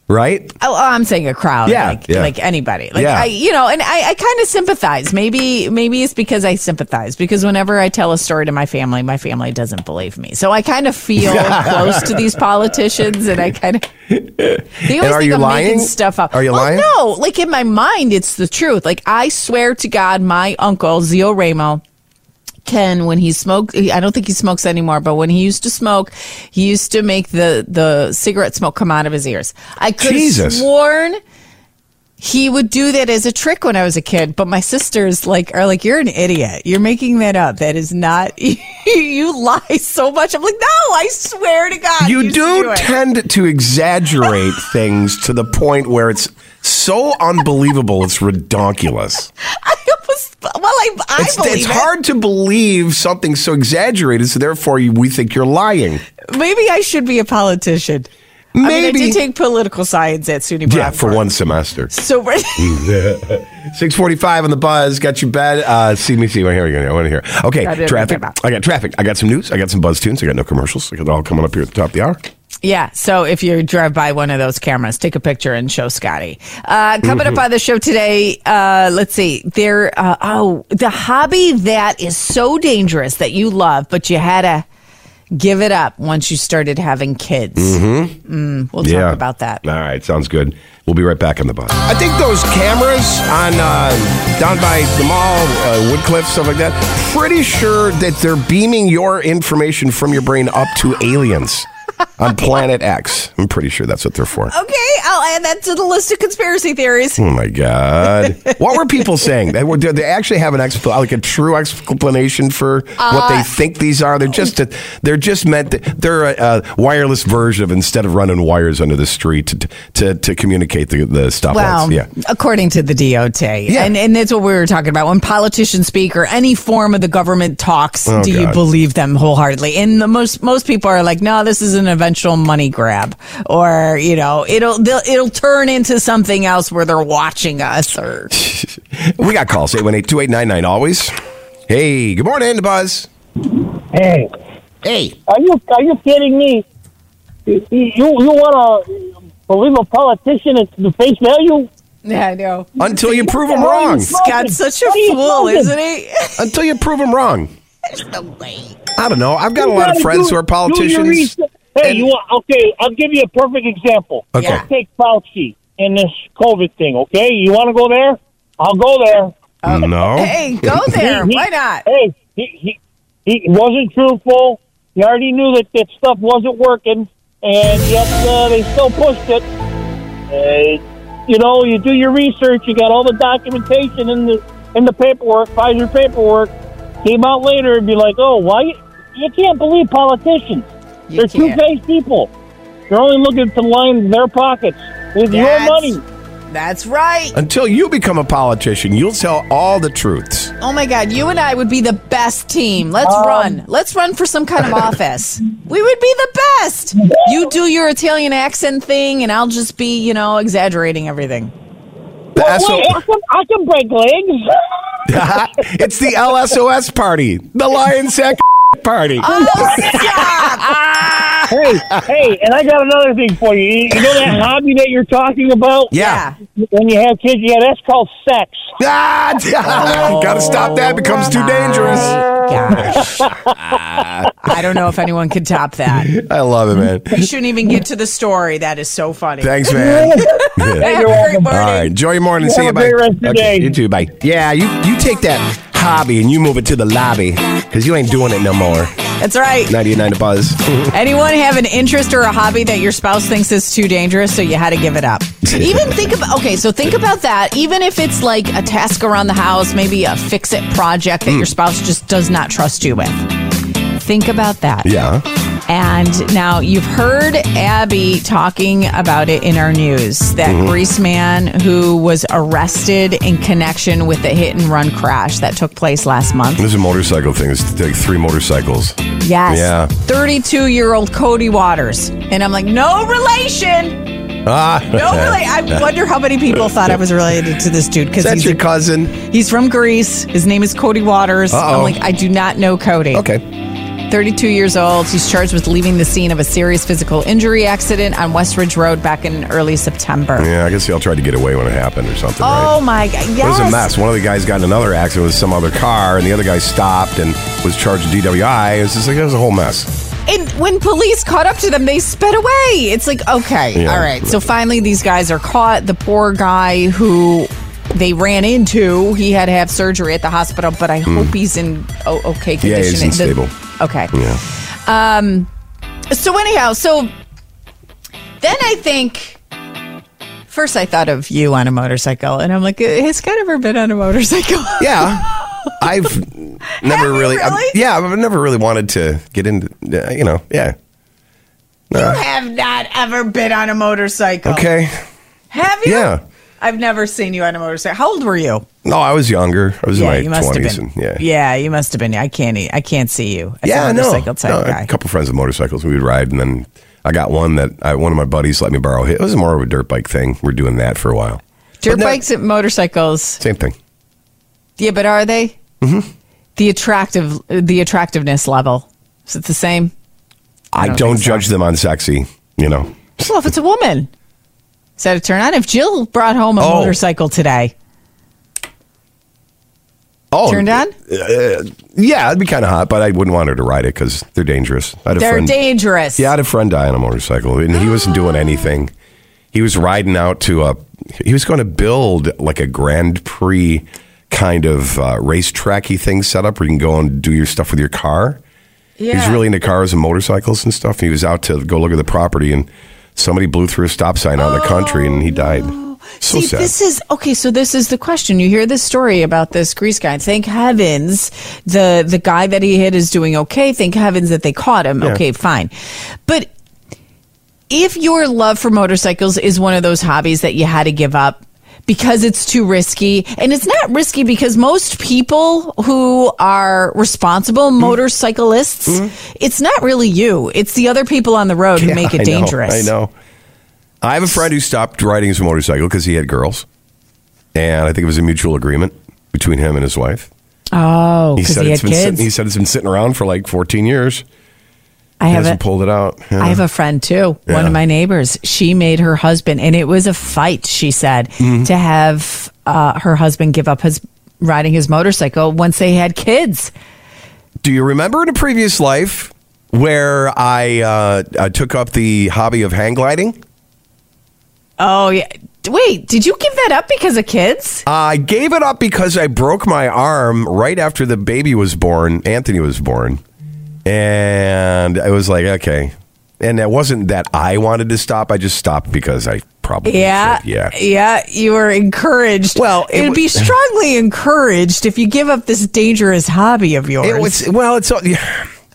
Speaker 3: right?
Speaker 4: Oh, I'm saying a crowd.
Speaker 3: Yeah,
Speaker 4: like,
Speaker 3: yeah.
Speaker 4: like anybody. Like
Speaker 3: Yeah.
Speaker 4: I, you know, and I, I kind of sympathize. Maybe, maybe it's because I sympathize because whenever I tell a story to my family, my family doesn't believe me. So I kind of feel
Speaker 3: <laughs>
Speaker 4: close to these politicians, and I kind of. They always
Speaker 3: are
Speaker 4: think
Speaker 3: you
Speaker 4: I'm
Speaker 3: lying?
Speaker 4: making stuff up.
Speaker 3: Are you
Speaker 4: Well,
Speaker 3: lying?
Speaker 4: No, like in my mind, it's the truth. Like I swear to God, my uncle Zio Ramo can when he smoked i don't think he smokes anymore but when he used to smoke he used to make the the cigarette smoke come out of his ears i could have
Speaker 3: Jesus.
Speaker 4: sworn he would do that as a trick when i was a kid but my sisters like are like you're an idiot you're making that up that is not <laughs> you lie so much i'm like no i swear to god he
Speaker 3: you
Speaker 4: used to
Speaker 3: do
Speaker 4: it."
Speaker 3: tend to exaggerate things to the point where it's so unbelievable it's redonkulous.
Speaker 4: <laughs> i was well i, I
Speaker 3: It's,
Speaker 4: believe
Speaker 3: it's
Speaker 4: it.
Speaker 3: hard to believe something so exaggerated, so therefore you, we think you're lying.
Speaker 4: maybe i should be a politician I, mean, I
Speaker 3: Maybe.
Speaker 4: did take political science at suny
Speaker 3: Yeah, for
Speaker 4: Bradford.
Speaker 3: one semester.
Speaker 4: so <laughs> we're
Speaker 3: 645 on the buzz. Got you bad. Uh, see me, see. Well, here we go. I want to hear. Okay,
Speaker 4: Got it.
Speaker 3: traffic.
Speaker 4: Got it.
Speaker 3: I got traffic. I got some news. I got some buzz tunes. I got no commercials. I got it all coming up here at the top of the hour.
Speaker 4: Yeah. So if you drive by one of those cameras, take a picture and show Scotty. Uh, coming up on the show today, uh, let's see. There, uh, oh, the hobby that is so dangerous that you love, but you had to give it up once you started having kids. Mm-hmm. we'll
Speaker 3: yeah.
Speaker 4: talk about that.
Speaker 3: All right, sounds good. We'll be right back on the bus. I think those cameras on uh, down by the mall, uh, Woodcliff, stuff like that. Pretty sure that they're beaming your information from your brain up to aliens. on Planet X. I'm pretty sure that's what they're for.
Speaker 4: Okay, I'll add that to the list of conspiracy theories.
Speaker 3: Oh my God! What were people saying? They, were, they actually have an expl- like a true explanation for what they
Speaker 4: Uh,
Speaker 3: think these are. They're just a, they're just meant to, they're a, a wireless version of instead of running wires under the street to to, to communicate the, the stoplights.
Speaker 4: Well,
Speaker 3: Yeah,
Speaker 4: according to the DOT, and and that's what we were talking about. When politicians speak or any form of the government talks,
Speaker 3: Oh,
Speaker 4: do you
Speaker 3: God.
Speaker 4: believe them wholeheartedly? And the most most people are like, no, this is an eventual money grab, or you know, it'll they'll, it'll turn into something else where they're watching us. Or
Speaker 3: we got calls 818-2899 always. Hey, good morning, Buzz.
Speaker 10: Hey.
Speaker 3: Hey.
Speaker 10: Are you are you kidding me? You you, you want to believe a politician at the face value?
Speaker 4: yeah, I know.
Speaker 3: Until you prove them wrong.
Speaker 4: Scott's such a fool, isn't he? <laughs>
Speaker 3: Until you prove them wrong. I don't know. I've got a lot of friends who are politicians.
Speaker 10: Hey, you want, okay? I'll give you a perfect example.
Speaker 3: Okay.
Speaker 10: Let's Take Fauci and this COVID thing. Okay, you want to go there? I'll go there.
Speaker 3: no.
Speaker 4: Hey,
Speaker 3: <laughs>
Speaker 4: go there. Why not?
Speaker 10: Hey, he, he he wasn't truthful. He already knew that that stuff wasn't working, and yet uh, they still pushed it. Uh, you know, you do your research. You got all the documentation in the in the paperwork, Pfizer paperwork. Came out later and be like, oh, why? You, you can't believe politicians. They're two faced people. They're only looking to line their pockets with
Speaker 4: That's-
Speaker 10: your money.
Speaker 4: That's right.
Speaker 3: Until you become a politician, you'll tell all the truths.
Speaker 4: Oh my God, you and I would be the best team. Let's
Speaker 3: Um,
Speaker 4: run. Let's run for some kind of office. We would be the best. You do your Italian accent thing, and I'll just be, you know, exaggerating everything.
Speaker 10: Wait, I can, I can break legs.
Speaker 3: <laughs> it's the LSOS party, the Lion Sack <laughs> party.
Speaker 4: Uh, <laughs>
Speaker 10: hey, hey, and I got another thing for you. You you know that hobby that you're talking about?
Speaker 3: Yeah.
Speaker 10: When you have kids, yeah, that's called sex.
Speaker 3: Ah, <laughs> gotta stop that. Becomes too dangerous.
Speaker 4: <laughs> I don't know if anyone could top that.
Speaker 3: I love it, man.
Speaker 4: We shouldn't even get to the story. That is so funny.
Speaker 3: Thanks, man.
Speaker 4: Have a great
Speaker 3: All right. Enjoy your morning. See
Speaker 4: Have
Speaker 3: you.
Speaker 4: a
Speaker 3: Bye.
Speaker 4: great rest of your
Speaker 3: Okay,
Speaker 4: day.
Speaker 3: You too. Bye. Yeah, you, you take that hobby and you move it to the lobby because you ain't doing it no more.
Speaker 4: That's right.
Speaker 3: 99 to Buzz. <laughs>
Speaker 4: Anyone have an interest or a hobby that your spouse thinks is too dangerous, so you had to give it up? Even think about okay, so think about that. Even if it's like a task around the house, maybe a fix it project that your spouse just does not trust you with. Think about that.
Speaker 3: Yeah.
Speaker 4: And now you've heard Abby talking about it in our news that
Speaker 11: Mhm.
Speaker 4: Grease man who was arrested in connection with the hit and run crash that took place last month.
Speaker 3: There's a motorcycle thing. It's like three motorcycles.
Speaker 4: Yes.
Speaker 3: Yeah.
Speaker 4: 32 year old Cody Waters. And I'm like, no relation.
Speaker 3: Ah. <laughs>
Speaker 4: No, really. I wonder how many people thought I was related to this dude because
Speaker 3: That's
Speaker 4: he's
Speaker 3: your cousin.
Speaker 4: He's from Greece. His name is Cody Waters.
Speaker 3: Uh-oh.
Speaker 4: I'm like, I do not know Cody.
Speaker 3: Okay.
Speaker 4: 32 years old. He's charged with leaving the scene of a serious physical injury accident on West Ridge Road back in early September.
Speaker 3: Yeah, I guess y'all tried to get away when it happened or something.
Speaker 4: Oh
Speaker 3: right?
Speaker 4: my God.
Speaker 3: It
Speaker 4: Yes.
Speaker 3: was a mess. One of the guys got in another accident with some other car, and the other guy stopped and was charged with DWI. It was just like it was a whole mess.
Speaker 4: And when police caught up to them, they sped away. It's like, okay,
Speaker 3: Yeah.
Speaker 4: all right. So finally, these guys are caught. The poor guy who they ran into, he had to have surgery at the hospital, but I
Speaker 3: Hmm.
Speaker 4: hope he's in oh, okay condition.
Speaker 3: Yeah, he's in
Speaker 4: The-
Speaker 3: stable.
Speaker 4: Okay.
Speaker 3: Yeah.
Speaker 4: Um. So anyhow, so then I think first I thought of you on a motorcycle, and I'm like, "Uh, has Scott ever been on a motorcycle? <laughs>
Speaker 3: Yeah. I've never really, I've- yeah, I've never really wanted to get into, uh, you know, yeah.
Speaker 4: you
Speaker 3: No.
Speaker 4: have not ever been on a motorcycle.
Speaker 3: Okay.
Speaker 4: Have you?
Speaker 3: Yeah.
Speaker 4: I've never seen you on a motorcycle. How old were you?
Speaker 3: No, I was younger. I was
Speaker 4: yeah,
Speaker 3: in
Speaker 4: you
Speaker 3: my
Speaker 4: must have
Speaker 3: twenties,
Speaker 4: been.
Speaker 3: and yeah,
Speaker 4: yeah, you must have been. I can't. e- I can't see you. As
Speaker 3: yeah,
Speaker 4: a
Speaker 3: no,
Speaker 4: motorcycle type
Speaker 3: no,
Speaker 4: guy.
Speaker 3: a couple friends with motorcycles, we would ride, and then I got one that I, one of my buddies let me borrow. It was more of a dirt bike thing. We're doing that for a while.
Speaker 4: Dirt bikes and motorcycles.
Speaker 3: Same thing.
Speaker 4: Yeah, but are they? Mm-hmm. The attractive, the attractiveness level is it the same?
Speaker 3: I don't, judge them on sexy, you know.
Speaker 4: Well, if it's a woman, is that a turn on? If Jill brought home a
Speaker 3: Oh.
Speaker 4: motorcycle today,
Speaker 3: Oh,
Speaker 4: Turned on?
Speaker 3: Uh, yeah, it'd be kind of hot, but I wouldn't want her to ride it because they're dangerous. I had a
Speaker 4: they're
Speaker 3: friend,
Speaker 4: dangerous.
Speaker 3: Yeah, I had a friend die on a motorcycle, and he wasn't
Speaker 4: Oh.
Speaker 3: doing anything. He was riding out to a. He was going to build like a Grand Prix kind of uh, racetracky thing set up where you can go and do your stuff with your car. He was really into cars and motorcycles and stuff. And he was out to go look at the property, and somebody blew through a stop sign out in the country, and he
Speaker 4: <gasps>
Speaker 3: died. So
Speaker 4: See,
Speaker 3: sad.
Speaker 4: this is okay. So this is the question. You hear this story about this grease guy. Thank heavens the the guy that he hit is doing okay. Thank heavens that they caught him.
Speaker 11: Yeah.
Speaker 4: Okay, fine. But if your love for motorcycles is one of those hobbies that you had to give up because it's too risky and it's not risky because most people who are responsible
Speaker 3: Mm-hmm.
Speaker 4: motorcyclists it's not really you it's the other people on the road who
Speaker 3: Yeah,
Speaker 4: make it
Speaker 3: I know,
Speaker 4: dangerous
Speaker 3: I know. I have a friend who stopped riding his motorcycle because he had girls, and I think it was a mutual agreement between him and his wife.
Speaker 4: oh
Speaker 3: he
Speaker 4: because
Speaker 3: said
Speaker 4: he,
Speaker 3: it's
Speaker 4: had
Speaker 3: been
Speaker 4: kids
Speaker 3: sit- he said it's been sitting around for like 14 years.
Speaker 4: i have
Speaker 3: hasn't
Speaker 4: a,
Speaker 3: pulled it out.
Speaker 4: I have a friend too, one
Speaker 3: Yeah.
Speaker 4: of my neighbors. She made her husband, and it was a fight, she said,
Speaker 3: Mm-hmm.
Speaker 4: to have uh, her husband give up his riding his motorcycle once they had kids.
Speaker 3: Do you remember in a previous life where I uh, I took up the hobby of hang gliding?
Speaker 4: Oh, yeah. Wait, did you give that up because of kids?
Speaker 3: I gave it up because I broke my arm right after the baby was born. Anthony was born. And I was like, okay. And it wasn't that I wanted to stop. I just stopped because I probably
Speaker 4: Yeah,
Speaker 3: should. Yeah.
Speaker 4: yeah. You were encouraged. Well, it would be strongly encouraged if you give up this dangerous hobby of yours.
Speaker 3: It was well, it's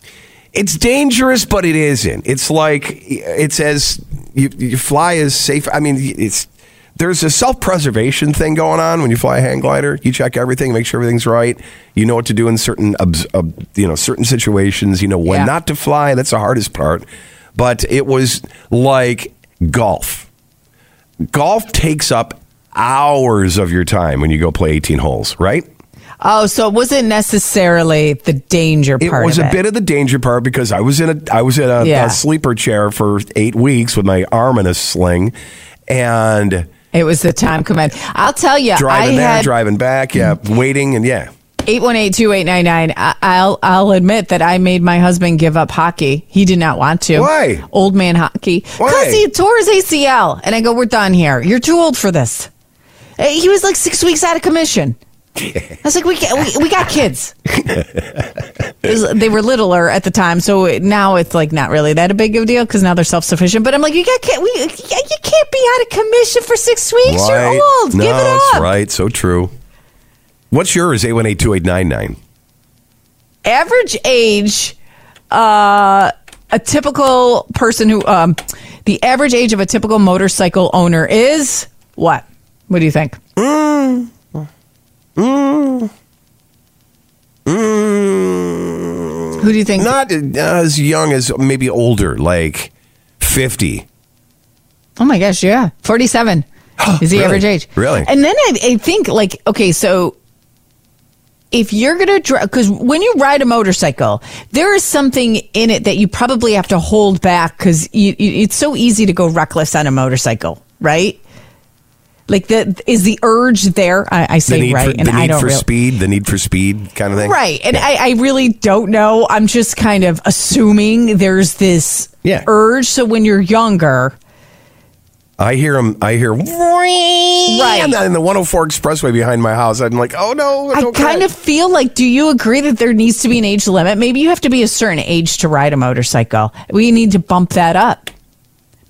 Speaker 3: <laughs> it's dangerous, but it isn't. It's like it's as you, you fly as safe. I mean, it's there's a self preservation thing going on when you fly a hang glider. You check everything, make sure everything's right. You know what to do in certain obs- ob- you know certain situations. You know when
Speaker 12: Yeah.
Speaker 3: not to fly. That's the hardest part. But it was like golf. Golf takes up hours of your time when you go play 18 holes, right?
Speaker 4: oh, so it wasn't necessarily the danger part.
Speaker 3: It was
Speaker 4: of
Speaker 3: a bit of the danger part because I was in a I was in a,
Speaker 4: Yeah.
Speaker 3: a sleeper chair for eight weeks with my arm in a sling, and
Speaker 4: It was the time command. I'll tell you, I
Speaker 3: driving there,
Speaker 4: had
Speaker 3: driving back, yeah, waiting, and yeah.
Speaker 4: 818-2899 I- I'll I'll admit that I made my husband give up hockey. He did not want to.
Speaker 3: Why?
Speaker 4: Old man hockey. Cuz he tore his ACL and I go we're done here. You're too old for this. Uh, He was like 6 weeks out
Speaker 3: <laughs>
Speaker 4: of commission. I was like we ca- we, we got kids. It was- they were littler at the time, so it- now it's like not really that a big of a deal cuz now they're self-sufficient, but I'm like you got kid we, you can't be out of commission for 6 weeks.
Speaker 3: Right.
Speaker 4: You're old.
Speaker 3: No,
Speaker 4: Give it up.
Speaker 3: that's right. So true. What's yours? Eight one eight two eight nine nine.
Speaker 4: average age uh a typical person who um the average age of a typical motorcycle owner is what what do you think mm. Mm. Who do you think?
Speaker 3: Not as young as maybe older, like fifty.
Speaker 4: oh my gosh yeah 47 is
Speaker 3: <gasps>
Speaker 4: the
Speaker 3: Really?
Speaker 4: average age
Speaker 3: Really?
Speaker 4: and then I, I think like okay so if you're gonna drive because when you ride a motorcycle there is something in it that you probably have to hold back because you, you, it's so easy to go reckless on a motorcycle right like the is the urge there i, I say
Speaker 3: the need
Speaker 4: right
Speaker 3: for,
Speaker 4: and
Speaker 3: the
Speaker 4: i
Speaker 3: need
Speaker 4: don't
Speaker 3: for
Speaker 4: really
Speaker 3: speed, the need for speed, kind of thing.
Speaker 4: Right. And I, I really don't know. I'm just kind of assuming there's this urge. So when you're younger,
Speaker 3: I hear him. I hear. Right. And then in the 104 expressway behind my house, I'm like, oh no.
Speaker 4: I kind of feel like, do you agree that there needs to be an age limit? Maybe you have to be a certain age to ride a motorcycle. We need to bump that up.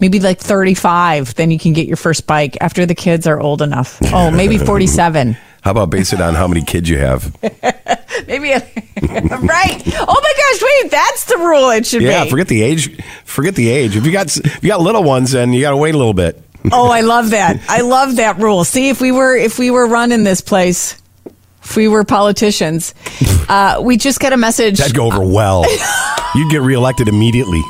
Speaker 4: Maybe like 35, then you can get your first bike after the kids are old <laughs> enough. Oh, maybe 47.
Speaker 3: How about base it on how many kids you have?
Speaker 4: <laughs> Maybe, <laughs> right. Oh my gosh, wait, that's the rule it should
Speaker 3: yeah,
Speaker 4: be.
Speaker 3: forget the age. Forget the age. If you got if you got little ones, then you got to wait a little bit.
Speaker 4: oh,
Speaker 3: <laughs>
Speaker 4: I love that. I love that rule. See, if we were if we were running this place, if we were
Speaker 3: <laughs>
Speaker 4: politicians, uh, we just got a message.
Speaker 3: That'd go over
Speaker 4: <laughs>
Speaker 3: well. You'd get reelected immediately.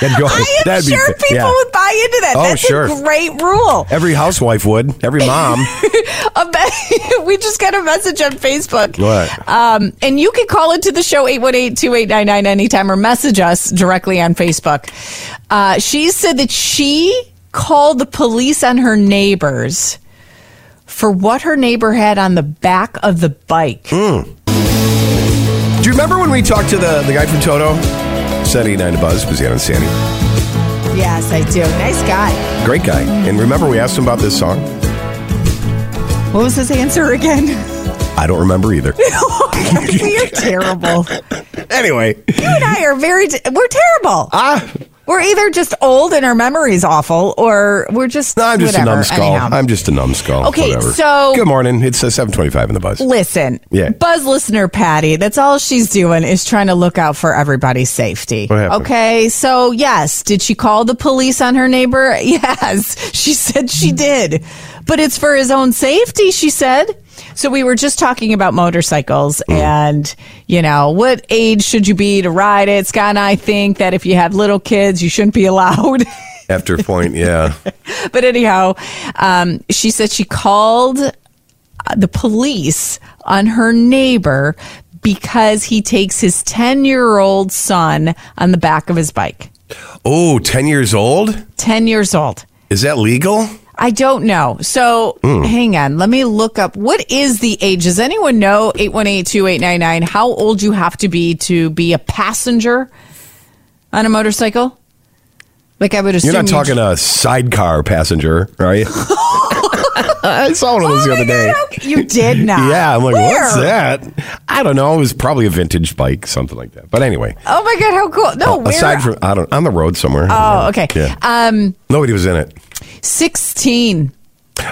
Speaker 3: That'd go.
Speaker 4: I am
Speaker 3: that'd
Speaker 4: sure
Speaker 3: be,
Speaker 4: people
Speaker 3: yeah.
Speaker 4: would buy into that.
Speaker 3: Oh,
Speaker 4: That's
Speaker 3: sure.
Speaker 4: a great rule.
Speaker 3: Every housewife would. Every
Speaker 4: <laughs>
Speaker 3: mom.
Speaker 4: A be- <laughs> we just got a message on Facebook.
Speaker 3: What?
Speaker 4: Um, and you can call into the show 818-2899 anytime or message us directly on Facebook. Uh, she said that she called the police on her neighbors for what her neighbor had on the back of the bike.
Speaker 3: Mm. Do you remember when we talked to the, the guy from Toto? 79 to Buzz, Bazian and Sandy.
Speaker 4: Yes, I do. Nice guy.
Speaker 3: Great guy. And remember we asked him about this song?
Speaker 4: What was his answer again? <laughs> Oh,
Speaker 3: I don't remember either. <laughs>
Speaker 4: You're terrible.
Speaker 3: Anyway,
Speaker 4: You and I are very, we're terrible. we're either just old and our memory's awful, or we're just.
Speaker 3: I'm just
Speaker 4: whatever,
Speaker 3: a numbskull.
Speaker 4: anyhow.
Speaker 3: I'm just a numbskull.
Speaker 4: Okay,
Speaker 3: whatever.
Speaker 4: so-
Speaker 3: good morning. It's uh, seven twenty-five in the buzz.
Speaker 4: Listen,
Speaker 3: Yeah.
Speaker 4: buzz listener Patty, that's all she's doing is trying to look out for everybody's safety.
Speaker 3: What happened?
Speaker 4: Okay, so yes, did she call the police on her neighbor? <laughs> Yes, she said she did, but it's for his own safety, she said. So we were just talking about motorcycles
Speaker 3: Mm.
Speaker 4: and, you know, what age should you be to ride it? Scott and I think that if you have little kids, you shouldn't be <laughs> allowed.
Speaker 3: After point, yeah.
Speaker 4: But anyhow, um, she said she called uh, the police on her neighbor because he takes his 10 year old son on the back of his bike.
Speaker 3: Oh, 10 years old?
Speaker 4: 10 years old.
Speaker 3: Is that legal?
Speaker 4: I don't know. So
Speaker 3: Hmm.
Speaker 4: hang on. Let me look up. What is the age? Does anyone know 818 2899 how old you have to be to be a passenger on a motorcycle? Like I would assume
Speaker 3: You're not
Speaker 4: you-
Speaker 3: talking a sidecar passenger, are
Speaker 4: <laughs>
Speaker 3: you? I saw one of those the other day.
Speaker 4: Oh You did
Speaker 3: <laughs>
Speaker 4: not.
Speaker 3: Yeah, I'm like, what's
Speaker 4: Where?
Speaker 3: that? I don't know. It was probably a vintage bike, something like that. But anyway,
Speaker 4: Oh my god, how cool! No, where?
Speaker 3: aside from I don't on the road somewhere.
Speaker 4: Oh, okay.
Speaker 3: Yeah.
Speaker 4: Um,
Speaker 3: Nobody was in it.
Speaker 4: sixteen.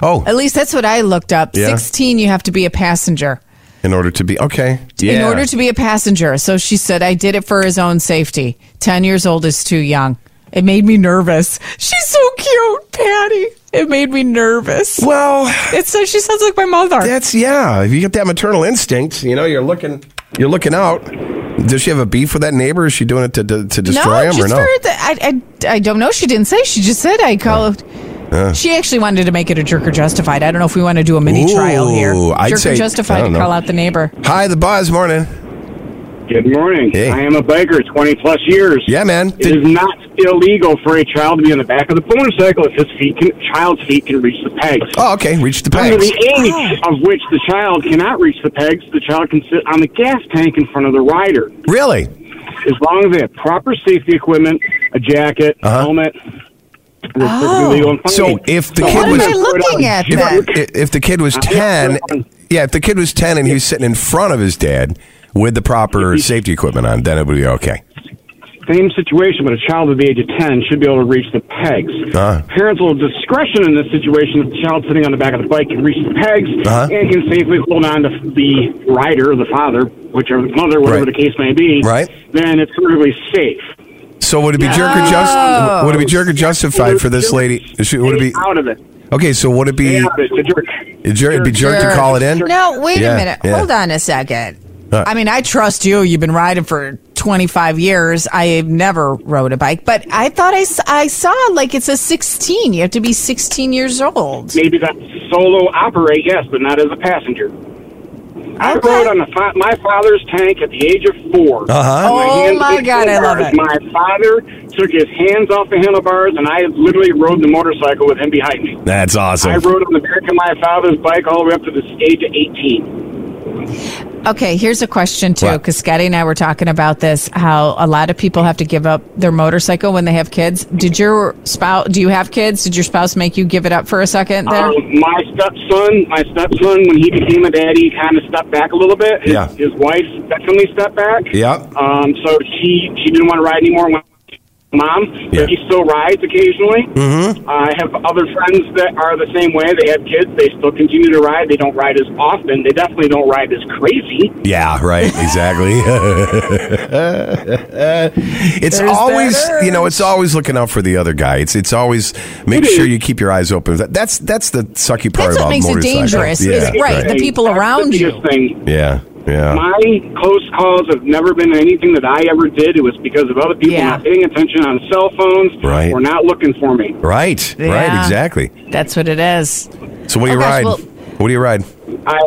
Speaker 3: Oh,
Speaker 4: At least that's what I looked up.
Speaker 3: Yeah.
Speaker 4: Sixteen, you have to be a passenger
Speaker 3: in order to be okay. Yeah.
Speaker 4: in order to be a passenger. So she said, "I did it for his own safety. Ten years old is too young." It made me nervous. She's so cute, Patty. It made me nervous.
Speaker 3: Well,
Speaker 4: it says she sounds like my mother.
Speaker 3: That's yeah. If you get that maternal instinct, you know you're looking you're looking out. Does she have a beef with that neighbor? Is she doing it to to, to destroy him
Speaker 4: no,
Speaker 3: or
Speaker 4: just
Speaker 3: no?
Speaker 4: for the- I, I, I don't know. She didn't say. She just said I called.
Speaker 3: Yeah.
Speaker 4: She actually wanted to make it a jerker justified. I don't know if we want to do a mini trial here.
Speaker 3: Ooh, I'd
Speaker 4: jerker
Speaker 3: say- I
Speaker 4: justified
Speaker 3: don't
Speaker 4: to
Speaker 3: know.
Speaker 4: call out the neighbor.
Speaker 3: Hi, the buzz. Morning.
Speaker 11: Good morning. I am a biker, 20 plus years.
Speaker 3: Yeah, man.
Speaker 11: It is not illegal for a child to be on the back of the motorcycle if his feet can, child's feet can reach the pegs.
Speaker 3: Oh, okay. Reach the
Speaker 11: Under
Speaker 3: pegs.
Speaker 11: the age of which the child cannot reach the pegs, the child can sit on the gas tank in front of the rider.
Speaker 3: Really?
Speaker 11: As long as they have proper safety equipment, a jacket, a helmet. it's perfectly legal and fine.
Speaker 3: So if the
Speaker 11: So
Speaker 3: kid
Speaker 11: what am
Speaker 3: was
Speaker 11: I looking at
Speaker 3: if,
Speaker 11: then? Uh,
Speaker 3: if- if the kid was
Speaker 11: I'm
Speaker 3: ten,
Speaker 11: not sure.
Speaker 3: yeah, if the kid was ten and he was sitting in front of his dad with the proper safety equipment on, then it would be okay.
Speaker 11: Same situation, but a child of the age of 10 should be able to reach the pegs.
Speaker 3: Uh,
Speaker 11: Parents will have discretion in this situation if the child sitting on the back of the bike can reach the pegs
Speaker 3: Uh-huh.
Speaker 11: and can safely hold on to the rider, the father, whichever the mother, whatever the case may be,
Speaker 3: Right.
Speaker 11: then it's perfectly safe.
Speaker 3: so would it be jerker
Speaker 11: Oh.
Speaker 3: just would it be jerker justified for this lady? Should, would it be
Speaker 11: Stay out of it.
Speaker 3: okay? So would it be
Speaker 11: Stay out of it. It's a jerk.
Speaker 3: It'd jer- it'd be jerk to call it in?
Speaker 4: No, wait
Speaker 3: Yeah,
Speaker 4: a minute.
Speaker 3: yeah.
Speaker 4: Hold on a second.
Speaker 3: Huh.
Speaker 4: I mean, I trust you. You've been riding for 25 years. I've never rode a bike, but I thought I, s- I saw like it's a 16. You have to be 16 years old.
Speaker 11: Maybe that solo operate, yes, but not as a passenger. I rode on the fa- my father's tank at the age of 4
Speaker 10: Uh-huh.
Speaker 11: My
Speaker 10: Oh,
Speaker 11: hands
Speaker 10: my
Speaker 11: hit
Speaker 10: God, I love
Speaker 11: handlebars.
Speaker 10: it.
Speaker 11: My father took his hands off the handlebars, and I literally rode the motorcycle with him behind me.
Speaker 3: That's awesome.
Speaker 11: I rode on the back of my father's bike all the way up to the age of 18.
Speaker 4: Okay, here's a question too, because Scotty and I were talking about this. How a lot of people have to give up their motorcycle when they have kids. Did your spouse? Do you have kids? Did your spouse make you give it up for a second there?
Speaker 11: Um, my stepson, my stepson, when he became a daddy, kind of stepped back a little bit. His,
Speaker 3: Yeah.
Speaker 11: his wife definitely stepped back.
Speaker 3: Yeah.
Speaker 11: Um, so she she didn't want to ride anymore. Went to Mom,
Speaker 3: Yeah.
Speaker 11: but he still rides occasionally.
Speaker 3: Mhm.
Speaker 11: I have other friends that are the same way. They have kids. They still continue to ride. They don't ride as often. They definitely don't ride as crazy.
Speaker 3: Yeah, right. Exactly. <laughs> it's
Speaker 11: There's
Speaker 3: always,
Speaker 11: that
Speaker 3: you know, it's always looking out for the other guy. It's it's always make sure you keep your eyes open. That- That's that's the sucky part
Speaker 4: That's
Speaker 3: about
Speaker 4: what makes it
Speaker 3: motorcycles.
Speaker 4: dangerous.
Speaker 3: Yeah,
Speaker 4: is right, the people around you.
Speaker 11: Thing.
Speaker 3: Yeah, yeah.
Speaker 11: My close calls have never been anything that I ever did. It was because of other people not paying attention on cell phones
Speaker 3: Right.
Speaker 11: or not looking for me.
Speaker 3: right, right,
Speaker 11: Yeah.
Speaker 3: exactly.
Speaker 4: That's what it is.
Speaker 3: So what do
Speaker 11: Oh,
Speaker 3: you
Speaker 11: gosh,
Speaker 3: ride?
Speaker 11: well-
Speaker 3: what do you ride?
Speaker 11: I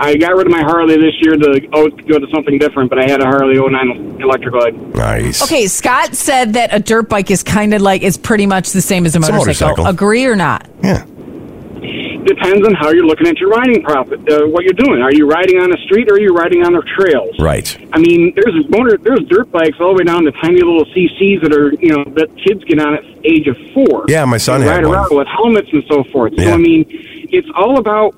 Speaker 11: I got rid of my Harley this year to go, go to something different, but I had a Harley 09 electric bike.
Speaker 3: Nice.
Speaker 4: Okay, Scott said that a dirt bike is kind of like it's pretty much the same as a
Speaker 11: It's a
Speaker 4: motorcycle.
Speaker 11: motorcycle.
Speaker 4: Agree or not?
Speaker 11: Depends on how you're looking at your riding profit, uh, what you're doing. Are you riding on a street or are you riding on the trails?
Speaker 3: Right.
Speaker 11: I mean, there's motor, there's dirt bikes all the way down to tiny little CCs that are you know that kids get on at the age of four.
Speaker 3: Yeah, my son
Speaker 11: They
Speaker 3: had
Speaker 11: ride
Speaker 3: one.
Speaker 11: around with helmets and so forth. So I mean, it's all about.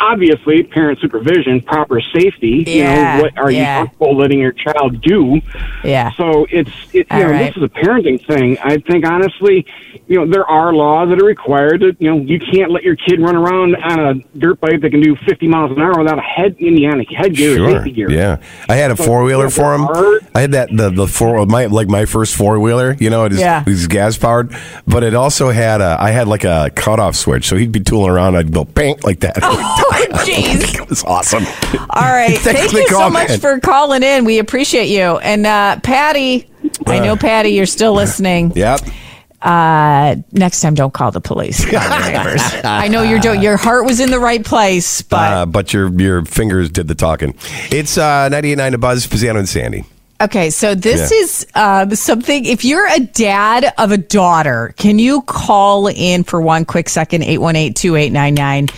Speaker 11: obviously parent supervision, proper safety.
Speaker 4: Yeah,
Speaker 11: You know, what are
Speaker 4: yeah.
Speaker 11: you comfortable letting your child do?
Speaker 4: Yeah.
Speaker 11: So it's it, you
Speaker 4: All
Speaker 11: know
Speaker 4: right.
Speaker 11: this is a parenting thing. I think honestly, you know there are laws that are required that you know you can't let your kid run around on a dirt bike that can do 50 miles an hour without a head Indiana head gear or
Speaker 3: Sure.
Speaker 11: safety gear.
Speaker 3: Yeah, I had a
Speaker 11: So,
Speaker 3: four wheeler for him.
Speaker 11: there are-
Speaker 3: I had that the the four my like my first four wheeler. You know, it is
Speaker 11: Yeah.
Speaker 3: it was gas powered, but it also had a I had like a cutoff switch, so he'd be tooling around. I'd go bang like that. <laughs>
Speaker 4: Oh, jeez.
Speaker 3: it was awesome. <laughs>
Speaker 4: All right.
Speaker 3: Thanks
Speaker 4: Thank
Speaker 3: for the
Speaker 4: you so
Speaker 3: call,
Speaker 4: much
Speaker 3: man.
Speaker 4: for calling in. We appreciate you. And uh, Patty, I
Speaker 3: Uh,
Speaker 4: know, Patty, you're still listening.
Speaker 3: Yep.
Speaker 4: Uh, next time, don't call
Speaker 3: <laughs>
Speaker 4: the police. Call your neighbors. I know you're doing, your heart was in the right place, but
Speaker 3: Uh, but your your fingers did the talking. It's uh, ninety eight nine to Buzz Pizzano and Sandy.
Speaker 4: Okay, so this
Speaker 3: Yeah.
Speaker 4: is um, something. If you're a dad of a daughter, can you call in for one quick second, 818 2899?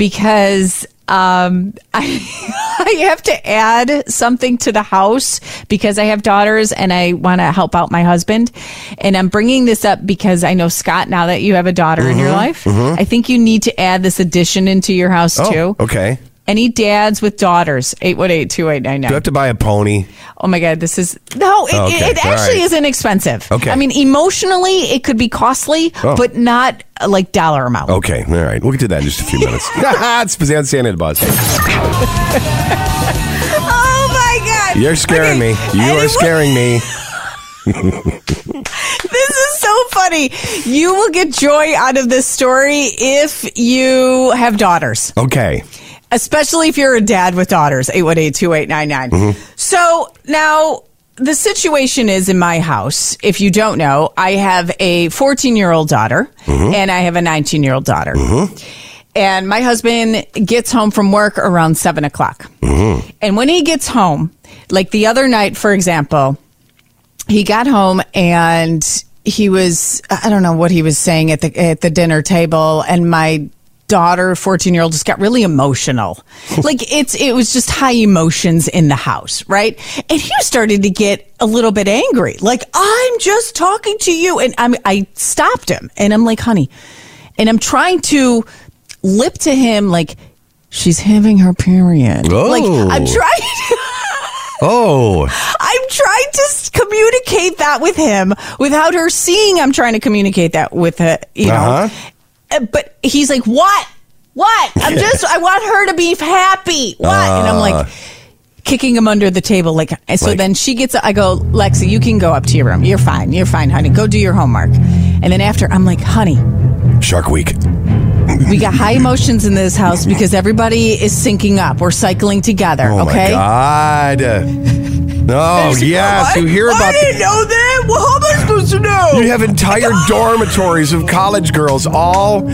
Speaker 4: Because um, <laughs> I, I have to add something to the house because I have daughters and I want to help out my husband. And I'm bringing this up because I know, Scott, now that you have a daughter in your
Speaker 3: Mhm,
Speaker 4: life,
Speaker 3: mhm.
Speaker 4: I think you need to add this addition into your house
Speaker 3: Oh,
Speaker 4: too.
Speaker 3: okay.
Speaker 4: Any dads with daughters, 818 2899.
Speaker 3: Do I have to buy a pony?
Speaker 4: Oh my God, this is no, it,
Speaker 3: Oh, okay.
Speaker 4: it
Speaker 3: All
Speaker 4: actually
Speaker 3: right.
Speaker 4: isn't expensive.
Speaker 3: Okay.
Speaker 4: I mean, emotionally, it could be costly,
Speaker 3: Oh.
Speaker 4: but not uh, like dollar amount.
Speaker 3: Okay, all right. We'll get to that in just a few minutes. <laughs> it's Pizzano and Sandy to Buzz.
Speaker 4: oh my God.
Speaker 3: You're scaring me. You are scaring me.
Speaker 4: <laughs> This is so funny. You will get joy out of this story if you have daughters,
Speaker 3: okay.
Speaker 4: especially if you're a dad with daughters, 818 2899. So now the situation is in my house. If you don't know, I have a 14 year old daughter and I have a 19 year old daughter. And my husband gets home from work around seven o'clock. And when he gets home, like the other night, for example, he got home and he was I don't know what he was saying at the at the dinner table and my daughter 14 year old just got really emotional like it's it was just high emotions in the house right and he started to get a little bit angry like i'm just talking to you and i'm i stopped him and i'm like honey and i'm trying to lip to him like she's having her period like i'm
Speaker 3: Oh.
Speaker 4: trying <laughs> to
Speaker 3: Oh.
Speaker 4: I'm trying to s- communicate that with him without her seeing I'm trying to communicate that with her, you know.
Speaker 3: Uh-huh.
Speaker 4: Uh, But he's like, "What? What? I'm just I want her to be happy. What?" and I'm
Speaker 3: Uh.
Speaker 4: like kicking him under the table like and so
Speaker 12: Like-
Speaker 4: then she gets I go, "Lexi, you can go up to your room. You're fine. You're fine, honey. Go do your homework." And then after I'm like, "Honey,
Speaker 3: Shark Week.
Speaker 4: we got high emotions in this house because everybody is syncing up. We're cycling together,
Speaker 3: Oh my
Speaker 4: okay?"
Speaker 3: God. No,
Speaker 4: <laughs> There's-
Speaker 3: yes, you
Speaker 4: What?
Speaker 3: Oh, hear
Speaker 4: I
Speaker 3: about
Speaker 4: didn't know that. Well, how am I supposed to know?
Speaker 3: You have
Speaker 4: <laughs>
Speaker 3: entire dormitories of college girls all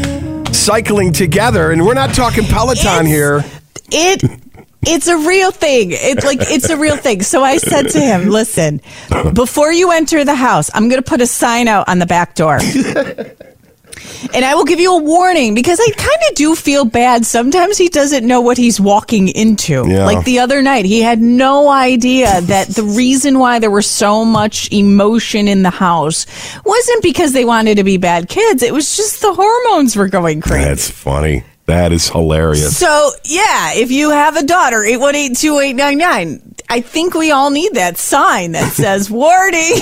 Speaker 3: cycling together, and we're not talking Peloton here.
Speaker 4: it it's a real thing. It's like it's a real thing. So I said to him, "Listen, before you enter the house, I'm going to put a sign out on the back door." And I will give you a warning because I kind of do feel bad. Sometimes he doesn't know what he's walking into.
Speaker 12: Yeah.
Speaker 4: Like the other night, he had no idea that the reason why there was so much emotion in the house wasn't because they wanted to be bad kids. It was just the hormones were going crazy.
Speaker 3: That's funny. That is hilarious.
Speaker 4: So, yeah, if you have a daughter, 818 2899, I think we all need that
Speaker 3: <laughs>
Speaker 4: sign that says warning.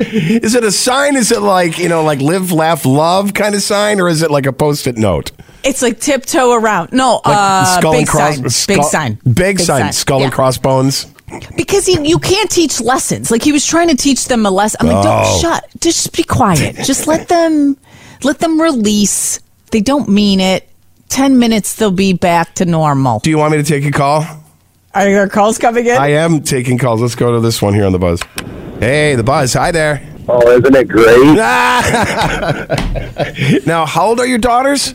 Speaker 3: is it a sign? Is it like, you know, like live, laugh, love kind of sign, or is it like a post it note?
Speaker 4: it's like tiptoe around. No, uh, big, sign.
Speaker 3: skull-
Speaker 4: big sign.
Speaker 3: Big, sign. Skull and
Speaker 4: Yeah.
Speaker 3: crossbones.
Speaker 4: Because he, you can't teach lessons. Like he was trying to teach them a lesson. I'm like, don't
Speaker 3: Oh.
Speaker 4: shut. Just be quiet. Just let them, let them release. They don't mean it. 10 minutes, they'll be back to normal.
Speaker 3: Do you want me to take a call?
Speaker 4: Are there calls coming in?
Speaker 3: I am taking calls. Let's go to this one here on the buzz. Hey, the buzz. Hi there. <laughs>
Speaker 13: Oh, isn't it great?
Speaker 3: now, how old are your daughters?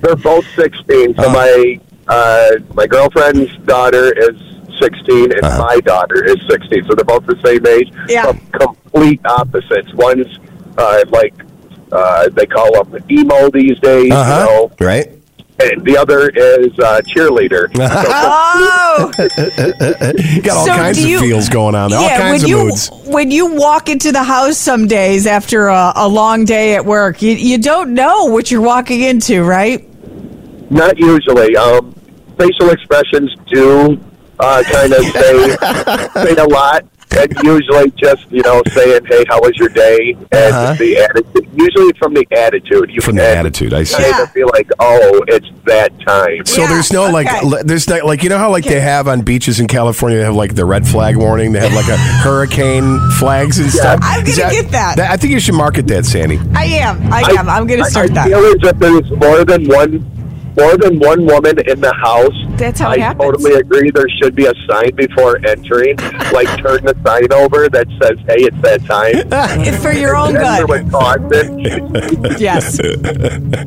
Speaker 13: They're both 16.
Speaker 3: Uh-huh.
Speaker 13: So my uh, my girlfriend's daughter is 16, and
Speaker 3: Uh-huh.
Speaker 13: my daughter is 16. So they're both the same age.
Speaker 3: <laughs>
Speaker 4: Yeah.
Speaker 13: Complete opposites. One's uh, like uh, they call them emo these days.
Speaker 3: Uh-huh.
Speaker 13: You know,
Speaker 3: Right?
Speaker 13: and the other is uh, cheerleader.
Speaker 4: Oh!
Speaker 3: Got all
Speaker 4: So
Speaker 3: kinds
Speaker 4: do
Speaker 3: of
Speaker 4: you-
Speaker 3: feels going on. All
Speaker 4: yeah,
Speaker 3: kinds
Speaker 4: when
Speaker 3: of
Speaker 4: you
Speaker 3: moods.
Speaker 4: when you walk into the house some days after a, a long day at work, you, you don't know what you're walking into, right?
Speaker 13: Not usually. Um, facial expressions do uh, kind of
Speaker 1: <laughs>
Speaker 13: say say a lot, and usually just you know saying, "Hey, how was your day?" and
Speaker 1: Uh-huh.
Speaker 13: the attitude. Usually from the attitude. You
Speaker 3: From the attitude, I see.
Speaker 13: kind of feel like, "Oh, it's that time."
Speaker 3: So there's no like le- there's not, like you know how like they have on beaches in California they have like the red flag warning they
Speaker 13: <laughs>
Speaker 3: have like a hurricane flags and stuff.
Speaker 4: I'm gonna
Speaker 3: Is
Speaker 4: get that.
Speaker 3: I think you should market that, <laughs> Sandy.
Speaker 4: I am. I am. I'm going to start
Speaker 13: I
Speaker 4: that.
Speaker 13: feel as if there's more than one. More than one woman in the house.
Speaker 4: That's how
Speaker 13: I
Speaker 4: it happens.
Speaker 13: totally agree. There should be a sign before entering,
Speaker 4: <laughs>
Speaker 13: like turn the sign over that says, "Hey, it's that time."
Speaker 4: It's for your own
Speaker 13: That's what
Speaker 4: good.
Speaker 13: caused it.
Speaker 4: Yes.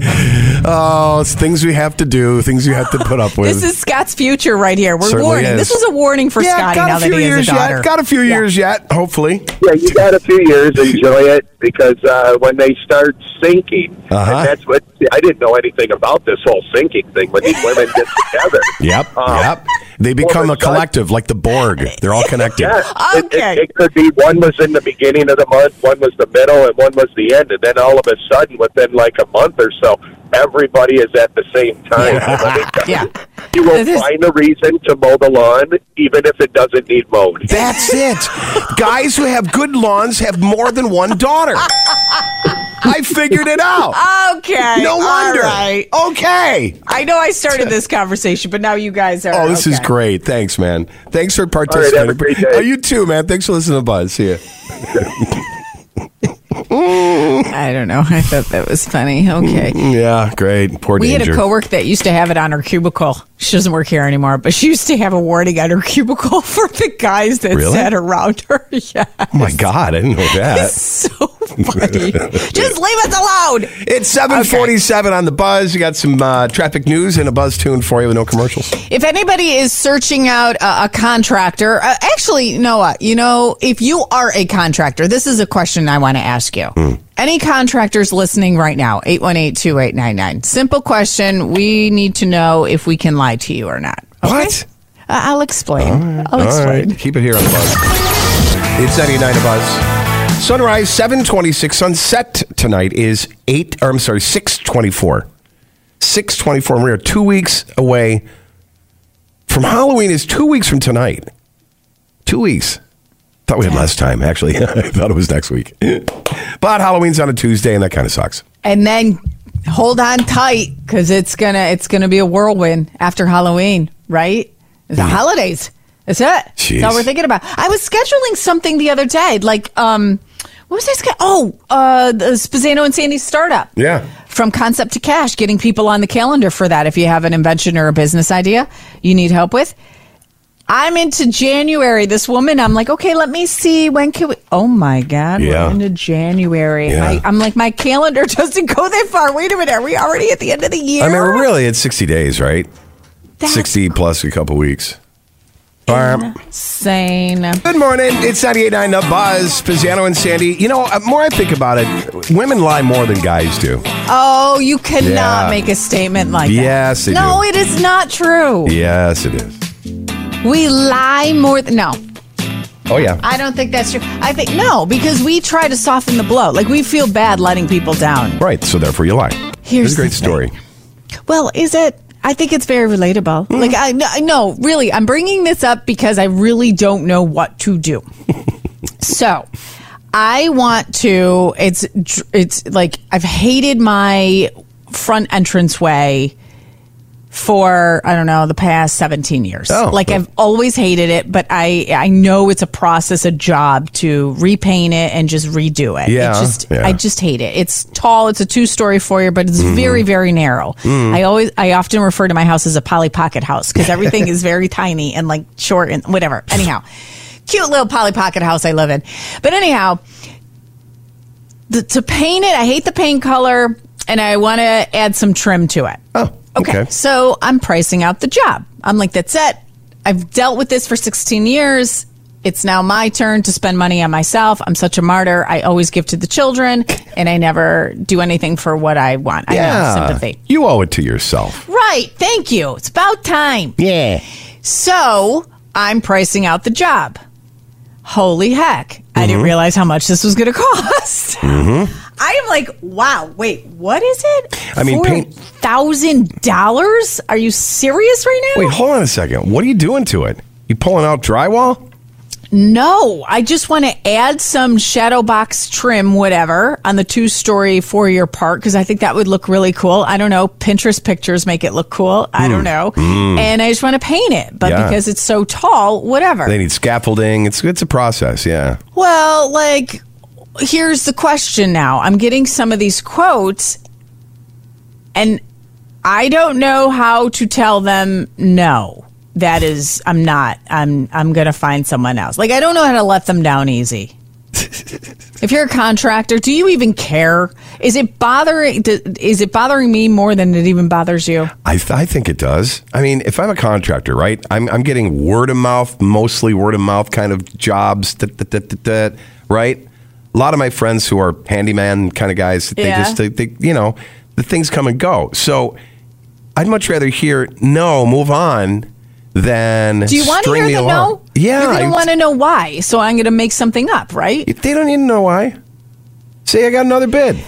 Speaker 3: oh, it's things we have to do, things you have to put
Speaker 4: <laughs>
Speaker 3: up with.
Speaker 4: This is Scott's future right here. We're
Speaker 3: Certainly
Speaker 4: warning.
Speaker 3: is.
Speaker 4: This was a warning for
Speaker 3: Yeah,
Speaker 4: Scotty
Speaker 3: got a
Speaker 4: now that
Speaker 3: few
Speaker 4: he
Speaker 3: years
Speaker 4: has a
Speaker 3: yet.
Speaker 4: daughter.
Speaker 3: Got a few years yet, hopefully.
Speaker 13: Yeah, you got a few years. Enjoy it because uh, when they start sinking,
Speaker 14: Uh-huh.
Speaker 13: and that's what I didn't know anything about this whole sinking thing. When these women get together,
Speaker 3: Yep,
Speaker 13: Uh,
Speaker 3: yep. They become a collective, like the Borg.
Speaker 4: <laughs>
Speaker 3: They're all connected.
Speaker 13: yeah, it- it, it, could be one was in the beginning of the month, one was the middle, and one was the end, and then all of a sudden, within like a month or so, everybody is at the same time. And let me tell you, <laughs> You will find a reason to mow the lawn, even if it doesn't need mowed.
Speaker 3: That's it. Guys who have good lawns have more than one daughter. I figured it out.
Speaker 4: Okay.
Speaker 3: No
Speaker 4: all
Speaker 3: wonder.
Speaker 4: right.
Speaker 3: Okay.
Speaker 4: I know I started this conversation, but now you guys are.
Speaker 3: Oh, this is
Speaker 4: okay.
Speaker 3: great. Thanks, man. Thanks for
Speaker 4: have a
Speaker 3: participating.
Speaker 4: great day.
Speaker 3: Oh, you too, man. Thanks for listening to Buzz. See ya.
Speaker 4: I don't know. I thought that was funny. Okay.
Speaker 3: Yeah, great. Poor
Speaker 4: we
Speaker 3: danger.
Speaker 4: had a coworker that used to have it on her cubicle. She doesn't work here anymore, but she used to have a warning on her <laughs> cubicle for the guys that
Speaker 3: Really?
Speaker 4: sat around her. <laughs> Yeah.
Speaker 3: oh my God, I didn't know that.
Speaker 4: It's so
Speaker 3: <laughs>
Speaker 4: funny. Just leave us alone.
Speaker 3: It's 747 on the Buzz. You got some uh, traffic news and a Buzz tune for you with no commercials.
Speaker 4: If anybody is searching out a, a contractor, uh, actually, Noah, you know, if you are a contractor, this is a question I want to ask you.
Speaker 3: Hmm.
Speaker 4: Any contractors listening right now, 818 2899. Simple question. We need to know if we can lie to you or not.
Speaker 3: What?
Speaker 4: Uh, I'll explain.
Speaker 3: All
Speaker 4: I'll explain.
Speaker 3: right, keep it here on the Buzz. It's 99 of Buzz. Sunrise 726. Sunset tonight is 8, or I'm sorry, 624. 624. We are two weeks away from Halloween is two weeks from tonight. Two weeks. Thought we had less time, actually. <laughs> I thought it was next week. <laughs> but Halloween's on a Tuesday, and that kind of sucks.
Speaker 4: And then hold on tight because it's gonna it's gonna be a whirlwind after Halloween, right? It's the holidays. That's it. That's all
Speaker 12: Jeez.
Speaker 4: we're thinking about. I was scheduling something the other day, like um, what was I? Sch- oh, uh, the Spazano and Sandy's startup.
Speaker 3: Yeah.
Speaker 4: From concept to cash, getting people on the calendar for that. If you have an invention or a business idea you need help with, I'm into January. This woman, I'm like, okay, let me see. When can we? Oh my God.
Speaker 12: Yeah.
Speaker 4: We're into January.
Speaker 3: Yeah.
Speaker 4: I, I'm like, my calendar <laughs> doesn't go that far. Wait a minute. Are we already at the end of the year?
Speaker 3: I mean, we're really, it's 60 days, right?
Speaker 4: That's
Speaker 3: 60 plus a couple weeks. Barb.
Speaker 4: Insane.
Speaker 3: Good morning. It's 989 The Buzz, Pizzano and Sandy. You know, the more I think about it, women lie more than guys do.
Speaker 4: Oh, you cannot
Speaker 3: Yeah.
Speaker 4: make a statement like
Speaker 3: Yes,
Speaker 4: that.
Speaker 3: they
Speaker 4: no,
Speaker 3: do.
Speaker 4: it is not true.
Speaker 3: Yes, it is.
Speaker 4: We lie more than. No.
Speaker 3: Oh, yeah.
Speaker 4: I don't think that's true. I think, no, because we try to soften the blow. Like, we feel bad letting people down.
Speaker 3: Right, so therefore you lie. It's
Speaker 4: Here's
Speaker 3: a great
Speaker 4: the
Speaker 3: story.
Speaker 4: Well, is it? I think it's very relatable. Like, I no, I know, really, I'm bringing this up because I really don't know what to do. so, I want to. It's dr- it's like I've hated my front entrance way for I don't know the past 17 years.
Speaker 12: Oh.
Speaker 4: like I've always hated it, but I I know it's a process, a job to repaint it and just redo it. It
Speaker 12: Yeah,
Speaker 4: just
Speaker 12: yeah.
Speaker 4: I just hate it. It's tall. It's a two story foyer, but it's
Speaker 12: Mhm.
Speaker 4: very very narrow.
Speaker 12: Mm.
Speaker 4: I always I often refer to my house as a Polly Pocket house because everything is very tiny and like short and whatever. Anyhow, cute little Polly Pocket house I live in. But anyhow, the, to paint it, I hate the paint color, and I want to add some trim to it. Oh, okay. So I'm pricing out the job. I'm like, that's it. I've dealt with this for 16 years. It's now my turn to spend money on myself. I'm such a martyr. I always give to the children, and I never do anything for what I want. I have sympathy.
Speaker 3: You owe it to yourself.
Speaker 4: Right. Thank you. It's about time.
Speaker 3: Yeah.
Speaker 4: So I'm pricing out the job. holy heck, I didn't
Speaker 12: Mhm.
Speaker 4: realize how much this was going to <laughs> cost.
Speaker 3: Mm-hmm.
Speaker 4: I am like, wow, wait, what is it?
Speaker 3: I mean, paint-
Speaker 4: thousand dollars? Are you serious right now?
Speaker 3: Wait, hold on a second. What are you doing to it? You pulling out drywall?
Speaker 4: No, I just want to add some shadow box trim, whatever, on the two story four year park because I think that would look really cool. I don't know. Pinterest pictures make it look cool. I don't
Speaker 3: Hmm.
Speaker 4: know.
Speaker 3: Hmm.
Speaker 4: And I just want to paint it, but
Speaker 3: Yeah.
Speaker 4: because it's so tall, whatever.
Speaker 3: They need scaffolding. It's it's a process. Yeah.
Speaker 4: Well, like, here's the question now. I'm getting some of these quotes, and I don't know how to tell them no. That is, I'm not. I'm I'm gonna find someone else. Like, I don't know how to let them
Speaker 3: <laughs>
Speaker 4: down easy. if you're a contractor, do you even care? Is it bothering? th- Is it bothering me more than it even bothers you?
Speaker 3: I, th- I think it does. I mean, if I'm a contractor, right? I'm, I'm getting word of mouth, mostly word of mouth kind of jobs, da- da- da- da- da, right? A lot of my friends who are handyman kind of guys, they
Speaker 15: Yeah.
Speaker 3: just, they, they, you know, the things come and go. So I'd much rather hear no, move on, than
Speaker 4: Do you want to
Speaker 3: string
Speaker 4: hear
Speaker 3: me
Speaker 4: the
Speaker 3: along.
Speaker 4: no?
Speaker 3: Yeah,
Speaker 4: You're
Speaker 3: I-
Speaker 4: gonna want to know why. So I'm gonna make something up, right?
Speaker 3: If they don't even know why, say I got another bid. and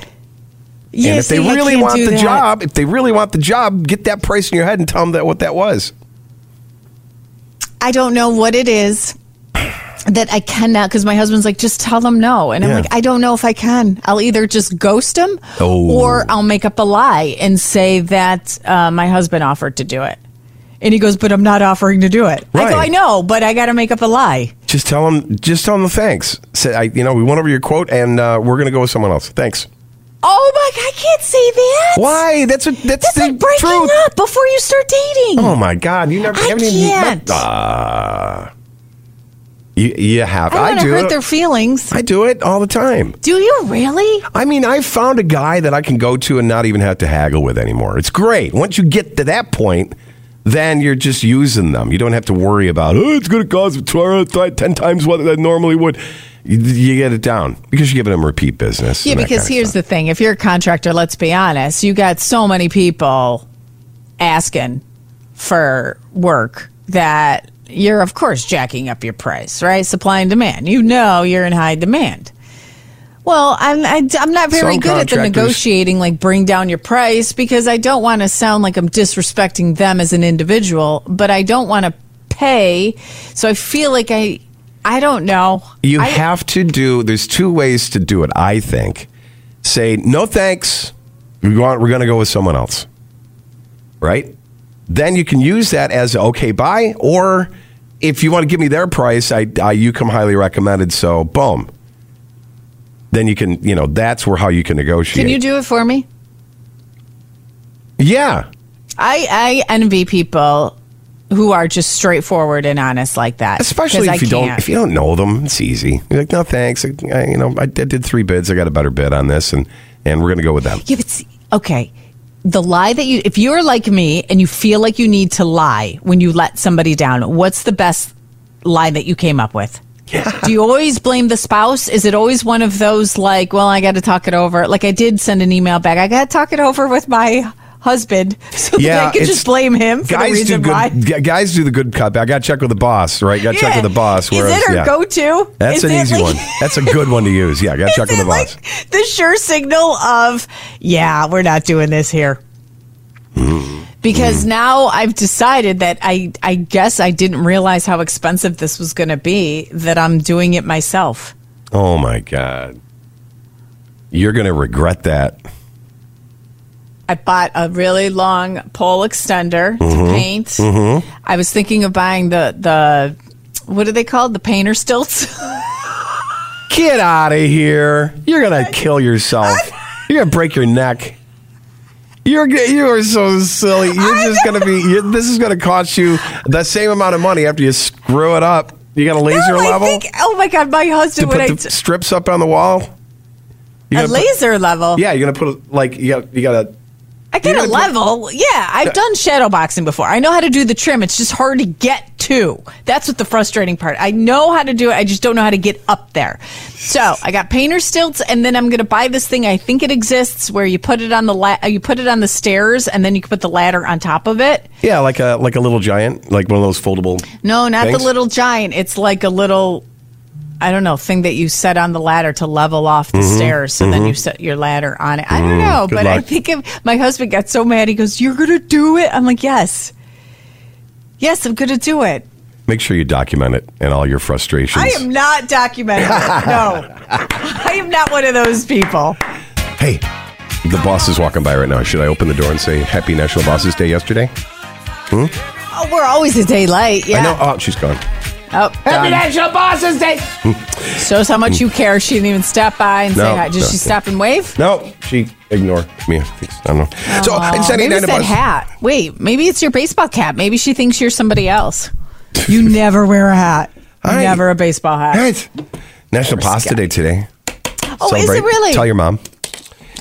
Speaker 4: Yeah,
Speaker 3: if they
Speaker 4: see, I
Speaker 3: really
Speaker 4: can't
Speaker 3: want
Speaker 4: do
Speaker 3: the
Speaker 4: that.
Speaker 3: job, if they really want the job, get that price in your head and tell them that what that was.
Speaker 4: I don't know what it is that I cannot because my husband's like, just tell them no. And
Speaker 3: Yeah.
Speaker 4: I'm like, I don't know if I can. I'll either just ghost him
Speaker 3: Oh.
Speaker 4: or I'll make up a lie and say that uh, my husband offered to do it. And he goes, but I'm not offering to do it. I
Speaker 3: Right.
Speaker 4: go, I know, but I got to make up a lie.
Speaker 3: Just tell them. Just tell them the thanks. Say, I, you know, we went over your quote, and uh, we're going to go with someone else. Thanks.
Speaker 4: Oh my God, I can't say that.
Speaker 3: Why? That's what that's,
Speaker 4: that's like breaking up before you start dating.
Speaker 3: Oh my God! You never.
Speaker 4: I
Speaker 3: haven't even
Speaker 4: can't.
Speaker 3: met- Ah. Uh, you you have.
Speaker 4: I
Speaker 3: I,
Speaker 4: don't want
Speaker 3: do.
Speaker 4: to hurt
Speaker 3: it.
Speaker 4: their feelings.
Speaker 3: I do it all the time.
Speaker 4: Do you really?
Speaker 3: I mean, I found a guy that I can go to and not even have to haggle with anymore. It's great. Once you get to that point, then you're just using them. You don't have to worry about, oh, it's going to cost 12, 10 times what I normally would. You, you get it down because you're giving them repeat business.
Speaker 4: Yeah,
Speaker 3: and that
Speaker 4: because
Speaker 3: kind of
Speaker 4: here's the thing: if you're a contractor, let's be honest, you got so many people asking for work that you're, of course, jacking up your price, right? Supply and demand. You know you're in high demand. Well, I'm I, am i am not very
Speaker 12: Some
Speaker 4: good at the
Speaker 12: contractors-
Speaker 4: negotiating, like bring down your price, because I don't want to sound like I'm disrespecting them as an individual, but I don't want to pay, so I feel like I, I don't know.
Speaker 3: You have to do. There's two ways to do it. I think. Say no, thanks. We want. We're going to go with someone else. Right. Then you can use that as okay, buy. Or if you want to give me their price, I, I you come highly recommended. So boom. Then you can. You know that's where how you can negotiate.
Speaker 4: Can you do it for me?
Speaker 3: yeah.
Speaker 4: I, I envy people who are just straightforward and honest like that.
Speaker 3: Especially
Speaker 4: 'Cause I
Speaker 3: if you don't
Speaker 4: can't.
Speaker 3: if you don't know them, it's easy. You're like, no, thanks. I, I- you know, I did did three bids. I got a better bid on this, and and we're gonna go with them.
Speaker 4: Yeah, but see, okay. The lie that you, if you're like me and you feel like you need to lie when you let somebody down, what's the best lie that you came up with? Do you always blame the spouse? Is it always one of those like, well, I got to talk it over? Like I did send an email back. I got to talk it over with my husband <laughs> so that I could
Speaker 3: it's-
Speaker 4: just blame him for the
Speaker 3: guys
Speaker 4: reason
Speaker 3: do good,
Speaker 4: why.
Speaker 3: gu- Guys do the good cop. I got to check with the boss, right? Got to check
Speaker 4: Yeah.
Speaker 3: with the boss.
Speaker 4: Is
Speaker 3: whereas-
Speaker 4: it our
Speaker 3: yeah.
Speaker 4: go-to?
Speaker 3: That's
Speaker 4: Is
Speaker 3: an
Speaker 4: it
Speaker 3: easy
Speaker 4: like- <laughs>
Speaker 3: one. That's a good one to use. Yeah, got to check with the boss.
Speaker 4: the sure signal of, yeah, we're not doing this here. Because now I've decided that I, I guess I didn't realize how expensive this was going to be, that I'm doing it myself.
Speaker 3: oh my god, you're gonna regret that.
Speaker 4: I bought a really long pole extender to
Speaker 3: Mhm.
Speaker 4: paint.
Speaker 3: Mhm.
Speaker 4: I was thinking of buying the, the, what are they called? The painter stilts.
Speaker 3: Get out of here! You're
Speaker 4: <laughs>
Speaker 3: gonna kill yourself. You're gonna break your neck. You're g- you are so
Speaker 4: <laughs>
Speaker 3: silly. You're just gonna be. You're, this is gonna cost you the same amount of money after you screw it up. You got a laser
Speaker 4: No, <laughs> I
Speaker 3: level
Speaker 4: think- oh my God, my
Speaker 3: to
Speaker 4: husband,
Speaker 3: put
Speaker 4: when I,
Speaker 3: the strips up on the wall. You
Speaker 4: a
Speaker 3: gotta put-
Speaker 4: laser level.
Speaker 3: Yeah, you're gonna put a- like you got you got to
Speaker 4: I get a level. yeah, I've done shadow boxing before. I know how to do the trim. It's just hard to get to. That's what the frustrating part. I know how to do it. I just don't know how to get up there. So I got painter stilts, and then I'm gonna buy this thing. I think it exists where you put it on the la- you put it on the stairs, and then you can put the ladder on top of it.
Speaker 3: yeah like a like a little giant like one of those foldable.
Speaker 4: No, not
Speaker 3: things?
Speaker 4: the little giant. It's like a little I don't know thing that you set on the ladder to level off the
Speaker 3: Mm-hmm.
Speaker 12: Mhm,
Speaker 4: stairs. So then
Speaker 12: mhm.
Speaker 4: you set your ladder on it. I
Speaker 12: Mm,
Speaker 4: don't know,
Speaker 12: good
Speaker 4: but I
Speaker 12: luck.
Speaker 4: think if my husband got so mad, he goes, "You're gonna do it." I'm like, "Yes, yes, I'm gonna do it."
Speaker 3: Make sure you document it and all your frustrations.
Speaker 4: I am not documenting. it.
Speaker 3: <laughs>
Speaker 4: no, I am not one of those people.
Speaker 3: Hey, the boss is walking by right now. Should I open the door and say Happy National Bosses Day yesterday? Hmm?
Speaker 4: Oh, we're always a day late.
Speaker 3: I
Speaker 4: Yeah.
Speaker 3: know. Oh, she's gone.
Speaker 4: Oh,
Speaker 12: Happy
Speaker 4: done.
Speaker 12: National Bosses Day.
Speaker 4: Shows how much you care. She didn't even stop by and say
Speaker 3: No,
Speaker 4: hi. Did
Speaker 3: no.
Speaker 4: she stop and wave?
Speaker 3: No, she ignored me. I think- I don't know. so
Speaker 4: Aw,
Speaker 3: it's any
Speaker 4: maybe
Speaker 3: night
Speaker 4: it's
Speaker 3: of
Speaker 4: that
Speaker 3: us.
Speaker 4: hat. Wait, maybe it's your baseball cap. Maybe she thinks you're somebody else. You never wear a hat. You
Speaker 3: Hi.
Speaker 4: Never a baseball hat.
Speaker 3: National Pasta Day today.
Speaker 4: Oh, is it really?
Speaker 3: Tell your mom.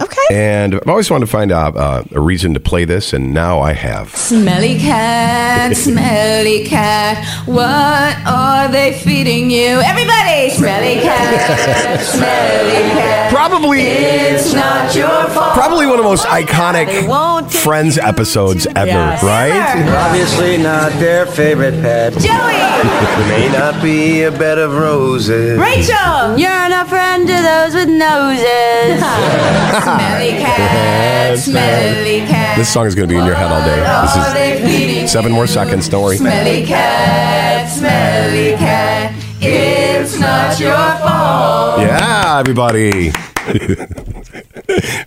Speaker 3: Okay. And I've always wanted to find out uh, a reason to play this, and now I have.
Speaker 15: Smelly
Speaker 3: <laughs>
Speaker 15: cat, smelly cat, what are they feeding you? Everybody, smelly cat, smelly cat.
Speaker 3: Probably.
Speaker 15: It's not your fault.
Speaker 3: Probably one of the most
Speaker 15: They won't
Speaker 3: iconic
Speaker 15: take
Speaker 3: Friends episodes ever,
Speaker 15: Yes. Ever.
Speaker 3: right?
Speaker 16: Obviously not their favorite pet. Joey! May not be a bed of roses.
Speaker 15: Rachel! You're not friend to those with noses. smelly cat, smelly cat.
Speaker 3: This song is going to be in your head all
Speaker 15: Oh,
Speaker 3: day.
Speaker 15: they're
Speaker 3: This
Speaker 15: feeding
Speaker 3: is seven more seconds. Don't worry.
Speaker 15: Smelly cat, smelly cat, it's not your fault.
Speaker 3: Yeah, everybody. <laughs>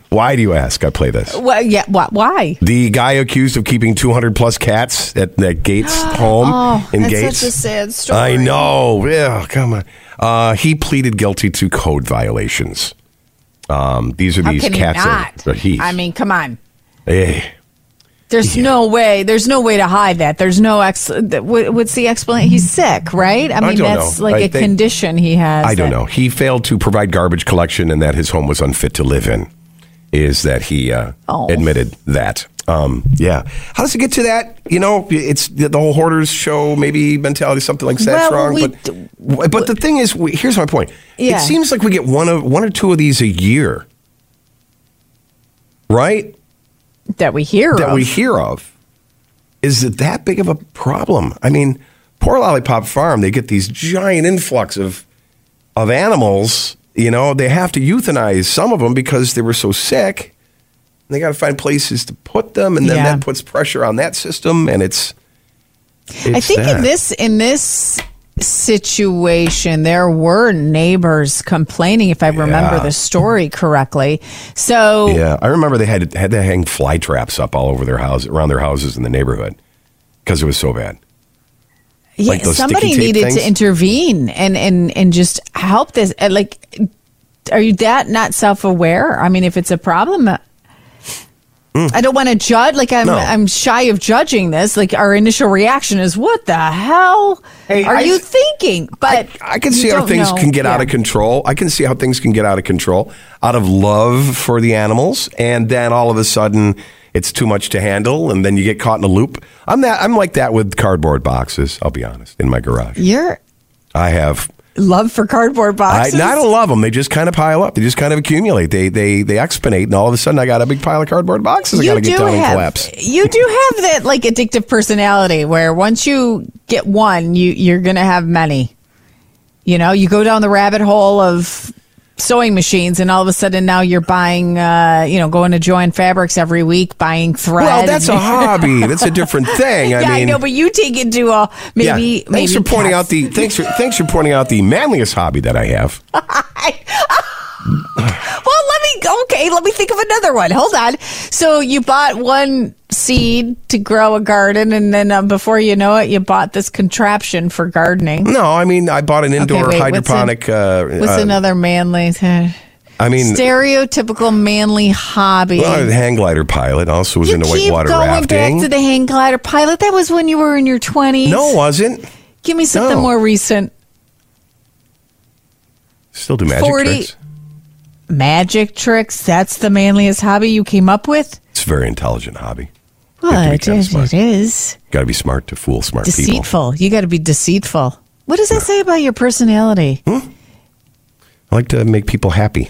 Speaker 3: Why do you ask? I play this.
Speaker 4: Well, yeah. wh- Why?
Speaker 3: The guy accused of keeping 200 plus cats at, at
Speaker 4: <gasps>
Speaker 3: Gates' home
Speaker 4: Oh,
Speaker 3: in
Speaker 4: that's
Speaker 3: Gates.
Speaker 4: such a sad story.
Speaker 3: I know. Yeah, come on. Uh, he pleaded guilty to code violations. Um, these are
Speaker 4: How
Speaker 3: these
Speaker 4: can he
Speaker 3: cats.
Speaker 4: not?
Speaker 3: Are, he,
Speaker 4: I mean, come on.
Speaker 3: eh.
Speaker 4: There's no way. There's no way to hide that. There's no ex. th- wh- What's the explanation? He's sick, right? I
Speaker 3: I
Speaker 4: mean,
Speaker 3: don't
Speaker 4: that's
Speaker 3: know.
Speaker 4: like
Speaker 3: I
Speaker 4: a
Speaker 3: think-
Speaker 4: condition he has.
Speaker 3: I don't
Speaker 4: that-
Speaker 3: know. He failed to provide garbage collection and that his home was unfit to live in. Is that he uh,
Speaker 4: Oh.
Speaker 3: admitted that? Um, yeah. How does it get to that? You know, it's the the whole hoarders show, maybe mentality, something like that's
Speaker 4: Well,
Speaker 3: wrong.
Speaker 4: we-
Speaker 3: but but the thing is, we, here's my point.
Speaker 4: Yeah.
Speaker 3: It seems like we get one of one or two of these a year, right?
Speaker 4: That we hear
Speaker 3: that
Speaker 4: of.
Speaker 3: we hear of. Is it that big of a problem? I mean, poor Lollipop Farm. They get these giant influx of of animals. You know, they have to euthanize some of them because they were so sick. And they got to find places to put them, and then
Speaker 4: Yeah.
Speaker 3: that puts pressure on that system, and it's.
Speaker 4: I
Speaker 3: it's
Speaker 4: think
Speaker 3: that.
Speaker 4: in this in this situation there were neighbors complaining if I remember
Speaker 3: Yeah.
Speaker 4: the story correctly. So
Speaker 3: Yeah, I remember they had had to hang fly traps up all over their house, around their houses in the neighborhood, because it was so bad.
Speaker 4: Yeah,
Speaker 3: Like those sticky
Speaker 4: somebody
Speaker 3: tape
Speaker 4: needed
Speaker 3: things?
Speaker 4: to intervene and and and just help this. uh, Like, are you that not self aware? I mean, if it's a problem, uh,
Speaker 3: Mm.
Speaker 4: I don't want to judge. Like, I'm
Speaker 12: No.
Speaker 4: I'm shy of judging this. Like, our initial reaction is, "What the hell are
Speaker 3: I-
Speaker 4: you thinking?" But
Speaker 3: I can see how things can get out of control. I can see how things can get out of control out of love for the animals, and then all of a sudden it's too much to handle, and then you get caught in a loop. I'm that. I'm like that with cardboard boxes. I'll be honest. In my garage,
Speaker 4: Your
Speaker 3: I have.
Speaker 4: love for cardboard
Speaker 3: I,
Speaker 4: boxes.
Speaker 3: no, I don't love them. They just kind of pile up. They just kind of accumulate. They they they expinate, and all of a sudden I got a big pile of cardboard boxes. I got to get down and collapse.
Speaker 4: You do have that like addictive personality where once you get one, you you're gonna have many. You know, you go down the rabbit hole of sewing machines, and all of a sudden now you're buying, uh, you know, going to Joann Fabrics every week, buying thread.
Speaker 3: Well, that's a hobby. That's a
Speaker 4: <laughs>
Speaker 3: different thing. I
Speaker 4: yeah, I
Speaker 3: mean,
Speaker 4: know, but you take it to a maybe.
Speaker 3: yeah. Thanks
Speaker 4: maybe
Speaker 3: for pointing
Speaker 4: pets.
Speaker 3: out the thanks for thanks for pointing out the manliest hobby that I have.
Speaker 4: <laughs> Well, let me okay. Let me think of another one. Hold on. So you bought one seed to grow a garden, and then uh, before you know it, you bought this contraption for gardening.
Speaker 3: No, I mean I bought an indoor
Speaker 4: wait, what's
Speaker 3: hydroponic. uh,
Speaker 4: What's
Speaker 3: uh,
Speaker 4: another manly?
Speaker 3: I mean,
Speaker 4: <laughs> stereotypical manly hobby.
Speaker 3: well, the hang glider pilot also was into
Speaker 4: Keep
Speaker 3: whitewater
Speaker 4: going
Speaker 3: rafting.
Speaker 4: back to the hang glider pilot. That was when you were in your twenties.
Speaker 3: no, it wasn't.
Speaker 4: give me something
Speaker 3: no.
Speaker 4: more recent.
Speaker 3: Still do magic
Speaker 4: 40
Speaker 3: tricks.
Speaker 4: Magic tricks. That's the manliest hobby you came up with.
Speaker 3: It's a very intelligent hobby.
Speaker 4: Well, it is. It is
Speaker 3: Got to be smart to fool smart people.
Speaker 4: deceitful. You got to be deceitful. What does that say about your personality?
Speaker 3: Hmm? I like to make people happy.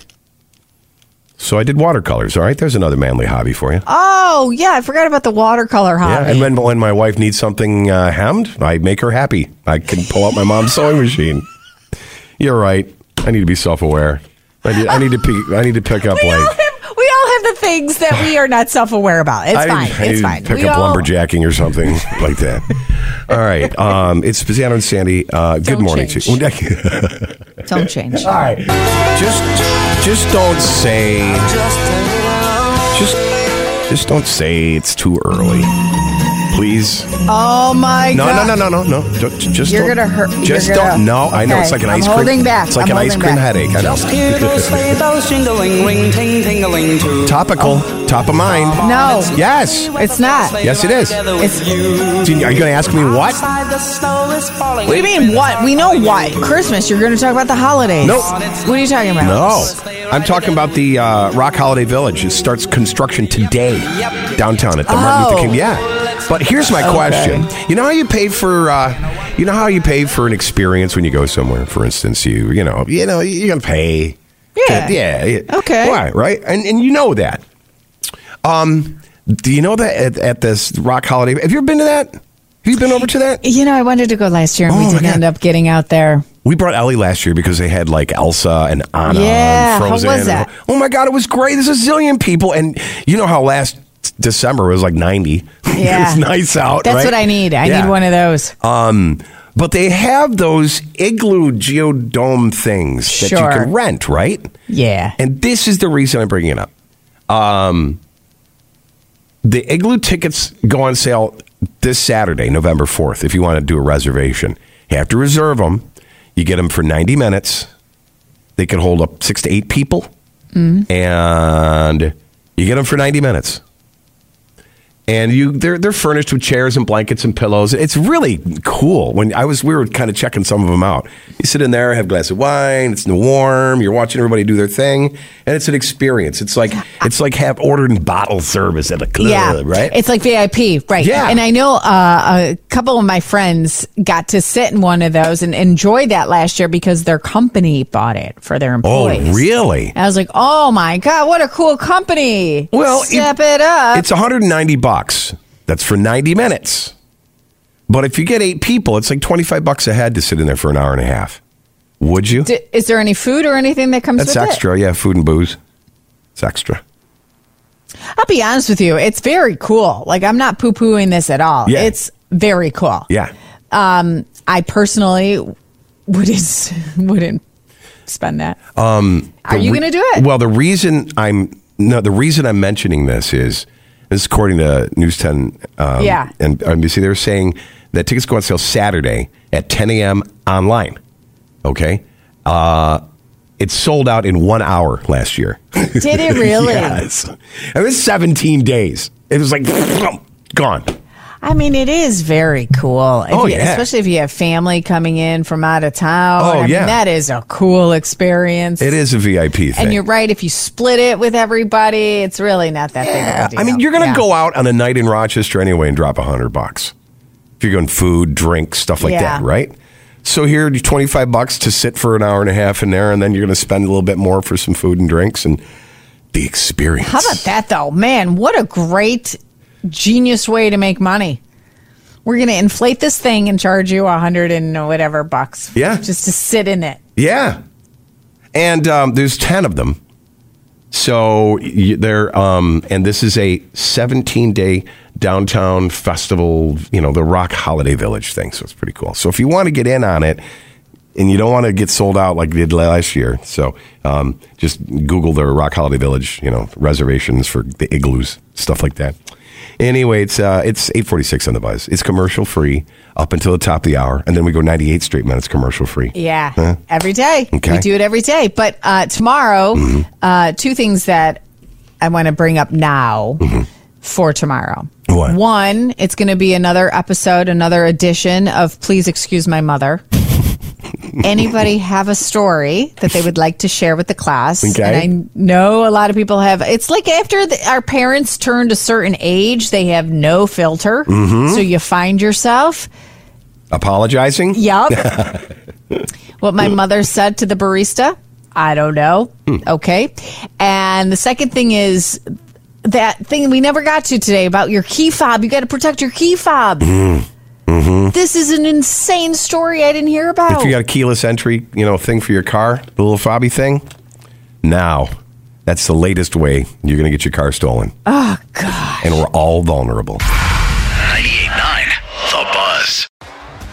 Speaker 3: So I did watercolors. All right, there's another manly hobby for you.
Speaker 4: Oh yeah, I forgot about the watercolor hobby.
Speaker 3: Yeah, and when, when my wife <laughs> needs something uh, hemmed, I make her happy. I can pull out my mom's sewing machine. You're right. I need to be self aware. I need, I need to pe- I need to
Speaker 4: <laughs>
Speaker 3: pick up like
Speaker 4: We all have the things that we are not self aware about. It's
Speaker 3: I
Speaker 4: fine.
Speaker 3: need, I need
Speaker 4: it's
Speaker 3: to
Speaker 4: fine.
Speaker 3: Pick
Speaker 4: we
Speaker 3: up
Speaker 4: all,
Speaker 3: lumberjacking or
Speaker 4: <laughs>
Speaker 3: something like that. All right. Um, it's Spaziano and Sandy. Uh, good morning to you. <laughs>
Speaker 4: Don't change.
Speaker 3: All right. Just just don't say just just don't say it's too early. Please.
Speaker 4: Oh my
Speaker 3: No, no,
Speaker 4: god.
Speaker 3: no, no, no, no. Don't- Just
Speaker 4: You're
Speaker 3: don't-
Speaker 4: gonna hurt- you're
Speaker 3: Just
Speaker 4: gonna-
Speaker 3: don't. No, I know. It's
Speaker 4: Okay,
Speaker 3: like an
Speaker 4: I'm
Speaker 3: ice cream.
Speaker 4: holding back.
Speaker 3: It's like an
Speaker 4: I'm
Speaker 3: ice
Speaker 4: holding
Speaker 3: cream
Speaker 4: back.
Speaker 3: headache. I know.
Speaker 4: Just hear those sleigh
Speaker 12: bells jingling, ring, ting, tingling too.
Speaker 3: Topical. Top of mind.
Speaker 4: No.
Speaker 3: Yes.
Speaker 4: It's not.
Speaker 3: Yes, it is. Do you- Are you going to ask me what?
Speaker 4: What do you mean? What? We know what. Christmas. You're going to talk about the holidays.
Speaker 3: Nope.
Speaker 4: What are you talking about?
Speaker 3: No. I'm talking about the uh, Rock Holiday Village. It starts construction today downtown at the Martin Luther
Speaker 4: Oh.
Speaker 3: King. Yeah. But here's my
Speaker 4: Okay.
Speaker 3: question. You know how you pay for uh, you know how you pay for an experience when you go somewhere, for instance, you you know, you know, you're going to pay.
Speaker 4: Yeah.
Speaker 3: Yeah. yeah.
Speaker 4: Okay.
Speaker 3: Why, right? And and you know that. Um do you know that at, at this Rock Holiday? Have you ever been to that? Have you been over to that?
Speaker 4: You know, I wanted to go last year and
Speaker 3: Oh,
Speaker 4: we
Speaker 3: my
Speaker 4: didn't end up getting out there.
Speaker 3: We brought Ellie last year because they had like Elsa and Anna
Speaker 4: Yeah,
Speaker 3: and
Speaker 4: how
Speaker 3: Frozen.
Speaker 4: was that?
Speaker 3: Oh my God, it was great. There's a zillion people. And you know how last December was like 90. <laughs> it
Speaker 4: Yeah.
Speaker 3: was nice out.
Speaker 4: That's what I need. I need one of those.
Speaker 3: Um, but they have those igloo geodome things that you
Speaker 4: Sure.
Speaker 3: can rent, right?
Speaker 4: Yeah.
Speaker 3: And this is the reason I'm bringing it up. Um, the igloo tickets go on sale this Saturday, November 4th, if you want to do a reservation. You have to reserve them. You get them for 90 minutes. They can hold up six to eight people. And you get them for 90 minutes. And you, they're, they're furnished with chairs and blankets and pillows. It's really cool. When I was, we were kind of checking some of them out. You sit in there, have a glass of wine. It's warm. You're watching everybody do their thing, and it's an experience. It's like it's like have ordering bottle service at a club,
Speaker 4: yeah.
Speaker 3: right?
Speaker 4: It's like VIP, right?
Speaker 3: Yeah.
Speaker 4: And I know uh, a couple of my friends got to sit in one of those and enjoy that last year because their company bought it for their
Speaker 3: oh,
Speaker 4: employees.
Speaker 3: really?
Speaker 4: I was like, oh my God, what a cool company.
Speaker 3: Well, it-
Speaker 4: step it, up.
Speaker 3: It's 190 bucks. That's for 90 minutes. But if you get eight people, it's like 25 bucks a head to sit in there for an hour and a half. Would you?
Speaker 4: D- is there any food or anything that comes
Speaker 3: That's
Speaker 4: with
Speaker 3: extra. Yeah, food and booze. It's extra.
Speaker 4: it? I'll be honest with you. It's very cool. Like, I'm not poo pooing this at all.
Speaker 3: Yeah.
Speaker 4: It's very cool.
Speaker 3: Yeah.
Speaker 4: Um, I personally wouldn't, <laughs> wouldn't spend that.
Speaker 3: Um,
Speaker 4: Are
Speaker 3: the
Speaker 4: you gonna do it?
Speaker 3: Well, the reason I'm no, the reason I'm mentioning this is this is according to News 10 um,
Speaker 4: Yeah.
Speaker 3: and NBC. They're saying that tickets go on sale Saturday at 10 a.m. online. Okay, uh, it sold out in one hour last year. <laughs>
Speaker 4: Did it really?
Speaker 3: yes, it was 17 days. It was like <sniffs> gone.
Speaker 4: I mean, it is very cool. If
Speaker 3: Oh,
Speaker 4: you-
Speaker 3: yeah.
Speaker 4: Especially if you have family coming in from out of town.
Speaker 3: Oh,
Speaker 4: I mean,
Speaker 3: yeah.
Speaker 4: that is a cool experience.
Speaker 3: It is a VIP thing.
Speaker 4: And you're right. If you split it with everybody, it's really not that big of a deal.
Speaker 3: I mean, you're going to
Speaker 4: Yeah.
Speaker 3: go out on a night in Rochester anyway and drop a hundred bucks. If you're going food, drink, stuff like
Speaker 4: Yeah.
Speaker 3: that, right? So here, you 25 bucks to sit for an hour and a half in there, and then you're going to spend a little bit more for some food and drinks and the experience.
Speaker 4: How about that, though? Man, what a great, genius way to make money. We're going to inflate this thing and charge you a hundred and whatever bucks.
Speaker 3: Yeah.
Speaker 4: Just to sit in it.
Speaker 3: Yeah. And um, there's 10 of them. So y- they're, um, and this is a 17 day downtown festival, you know, the Rock Holiday Village thing. So it's pretty cool. So if you want to get in on it and you don't want to get sold out like you did last year, so um, just Google the Rock Holiday Village, you know, reservations for the igloos, stuff like that. Anyway, it's uh, it's eight forty six on the buzz. It's commercial free up until the top of the hour, and then we go ninety eight straight minutes commercial free.
Speaker 4: Yeah.
Speaker 3: Huh?
Speaker 4: Every day.
Speaker 3: Okay. Mm-hmm.
Speaker 4: We do it every day. But uh, tomorrow, uh, two things that I want to bring up now for tomorrow.
Speaker 3: Mm-hmm. What?
Speaker 4: One, it's going to be another episode, another edition of Please Excuse
Speaker 3: <laughs>
Speaker 4: My Mother. Anybody have a story that they would like to share with the class?
Speaker 14: Okay.
Speaker 4: And I know a lot of people have. It's like after the, our parents turned a certain age, they have no filter.
Speaker 3: Mhm.
Speaker 4: So you find yourself
Speaker 3: Apologizing? <laughs>
Speaker 4: Yup. what my mother said to the barista. I don't know.
Speaker 3: Hmm.
Speaker 4: Okay. And the second thing is that thing we never got to today about your key fob. You got to protect your key fob.
Speaker 3: Mm-hmm.
Speaker 4: This is an insane story I didn't hear about.
Speaker 3: If you got a keyless entry, you know, thing for your car, the little fobby thing, now that's the latest way you're going to get your car stolen.
Speaker 4: oh, God.
Speaker 3: And we're all vulnerable.
Speaker 9: 989 The Buzz.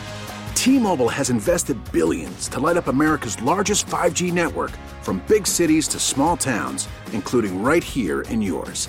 Speaker 9: T-Mobile has invested billions to light up America's largest 5G network from big cities to small towns, including right here in yours.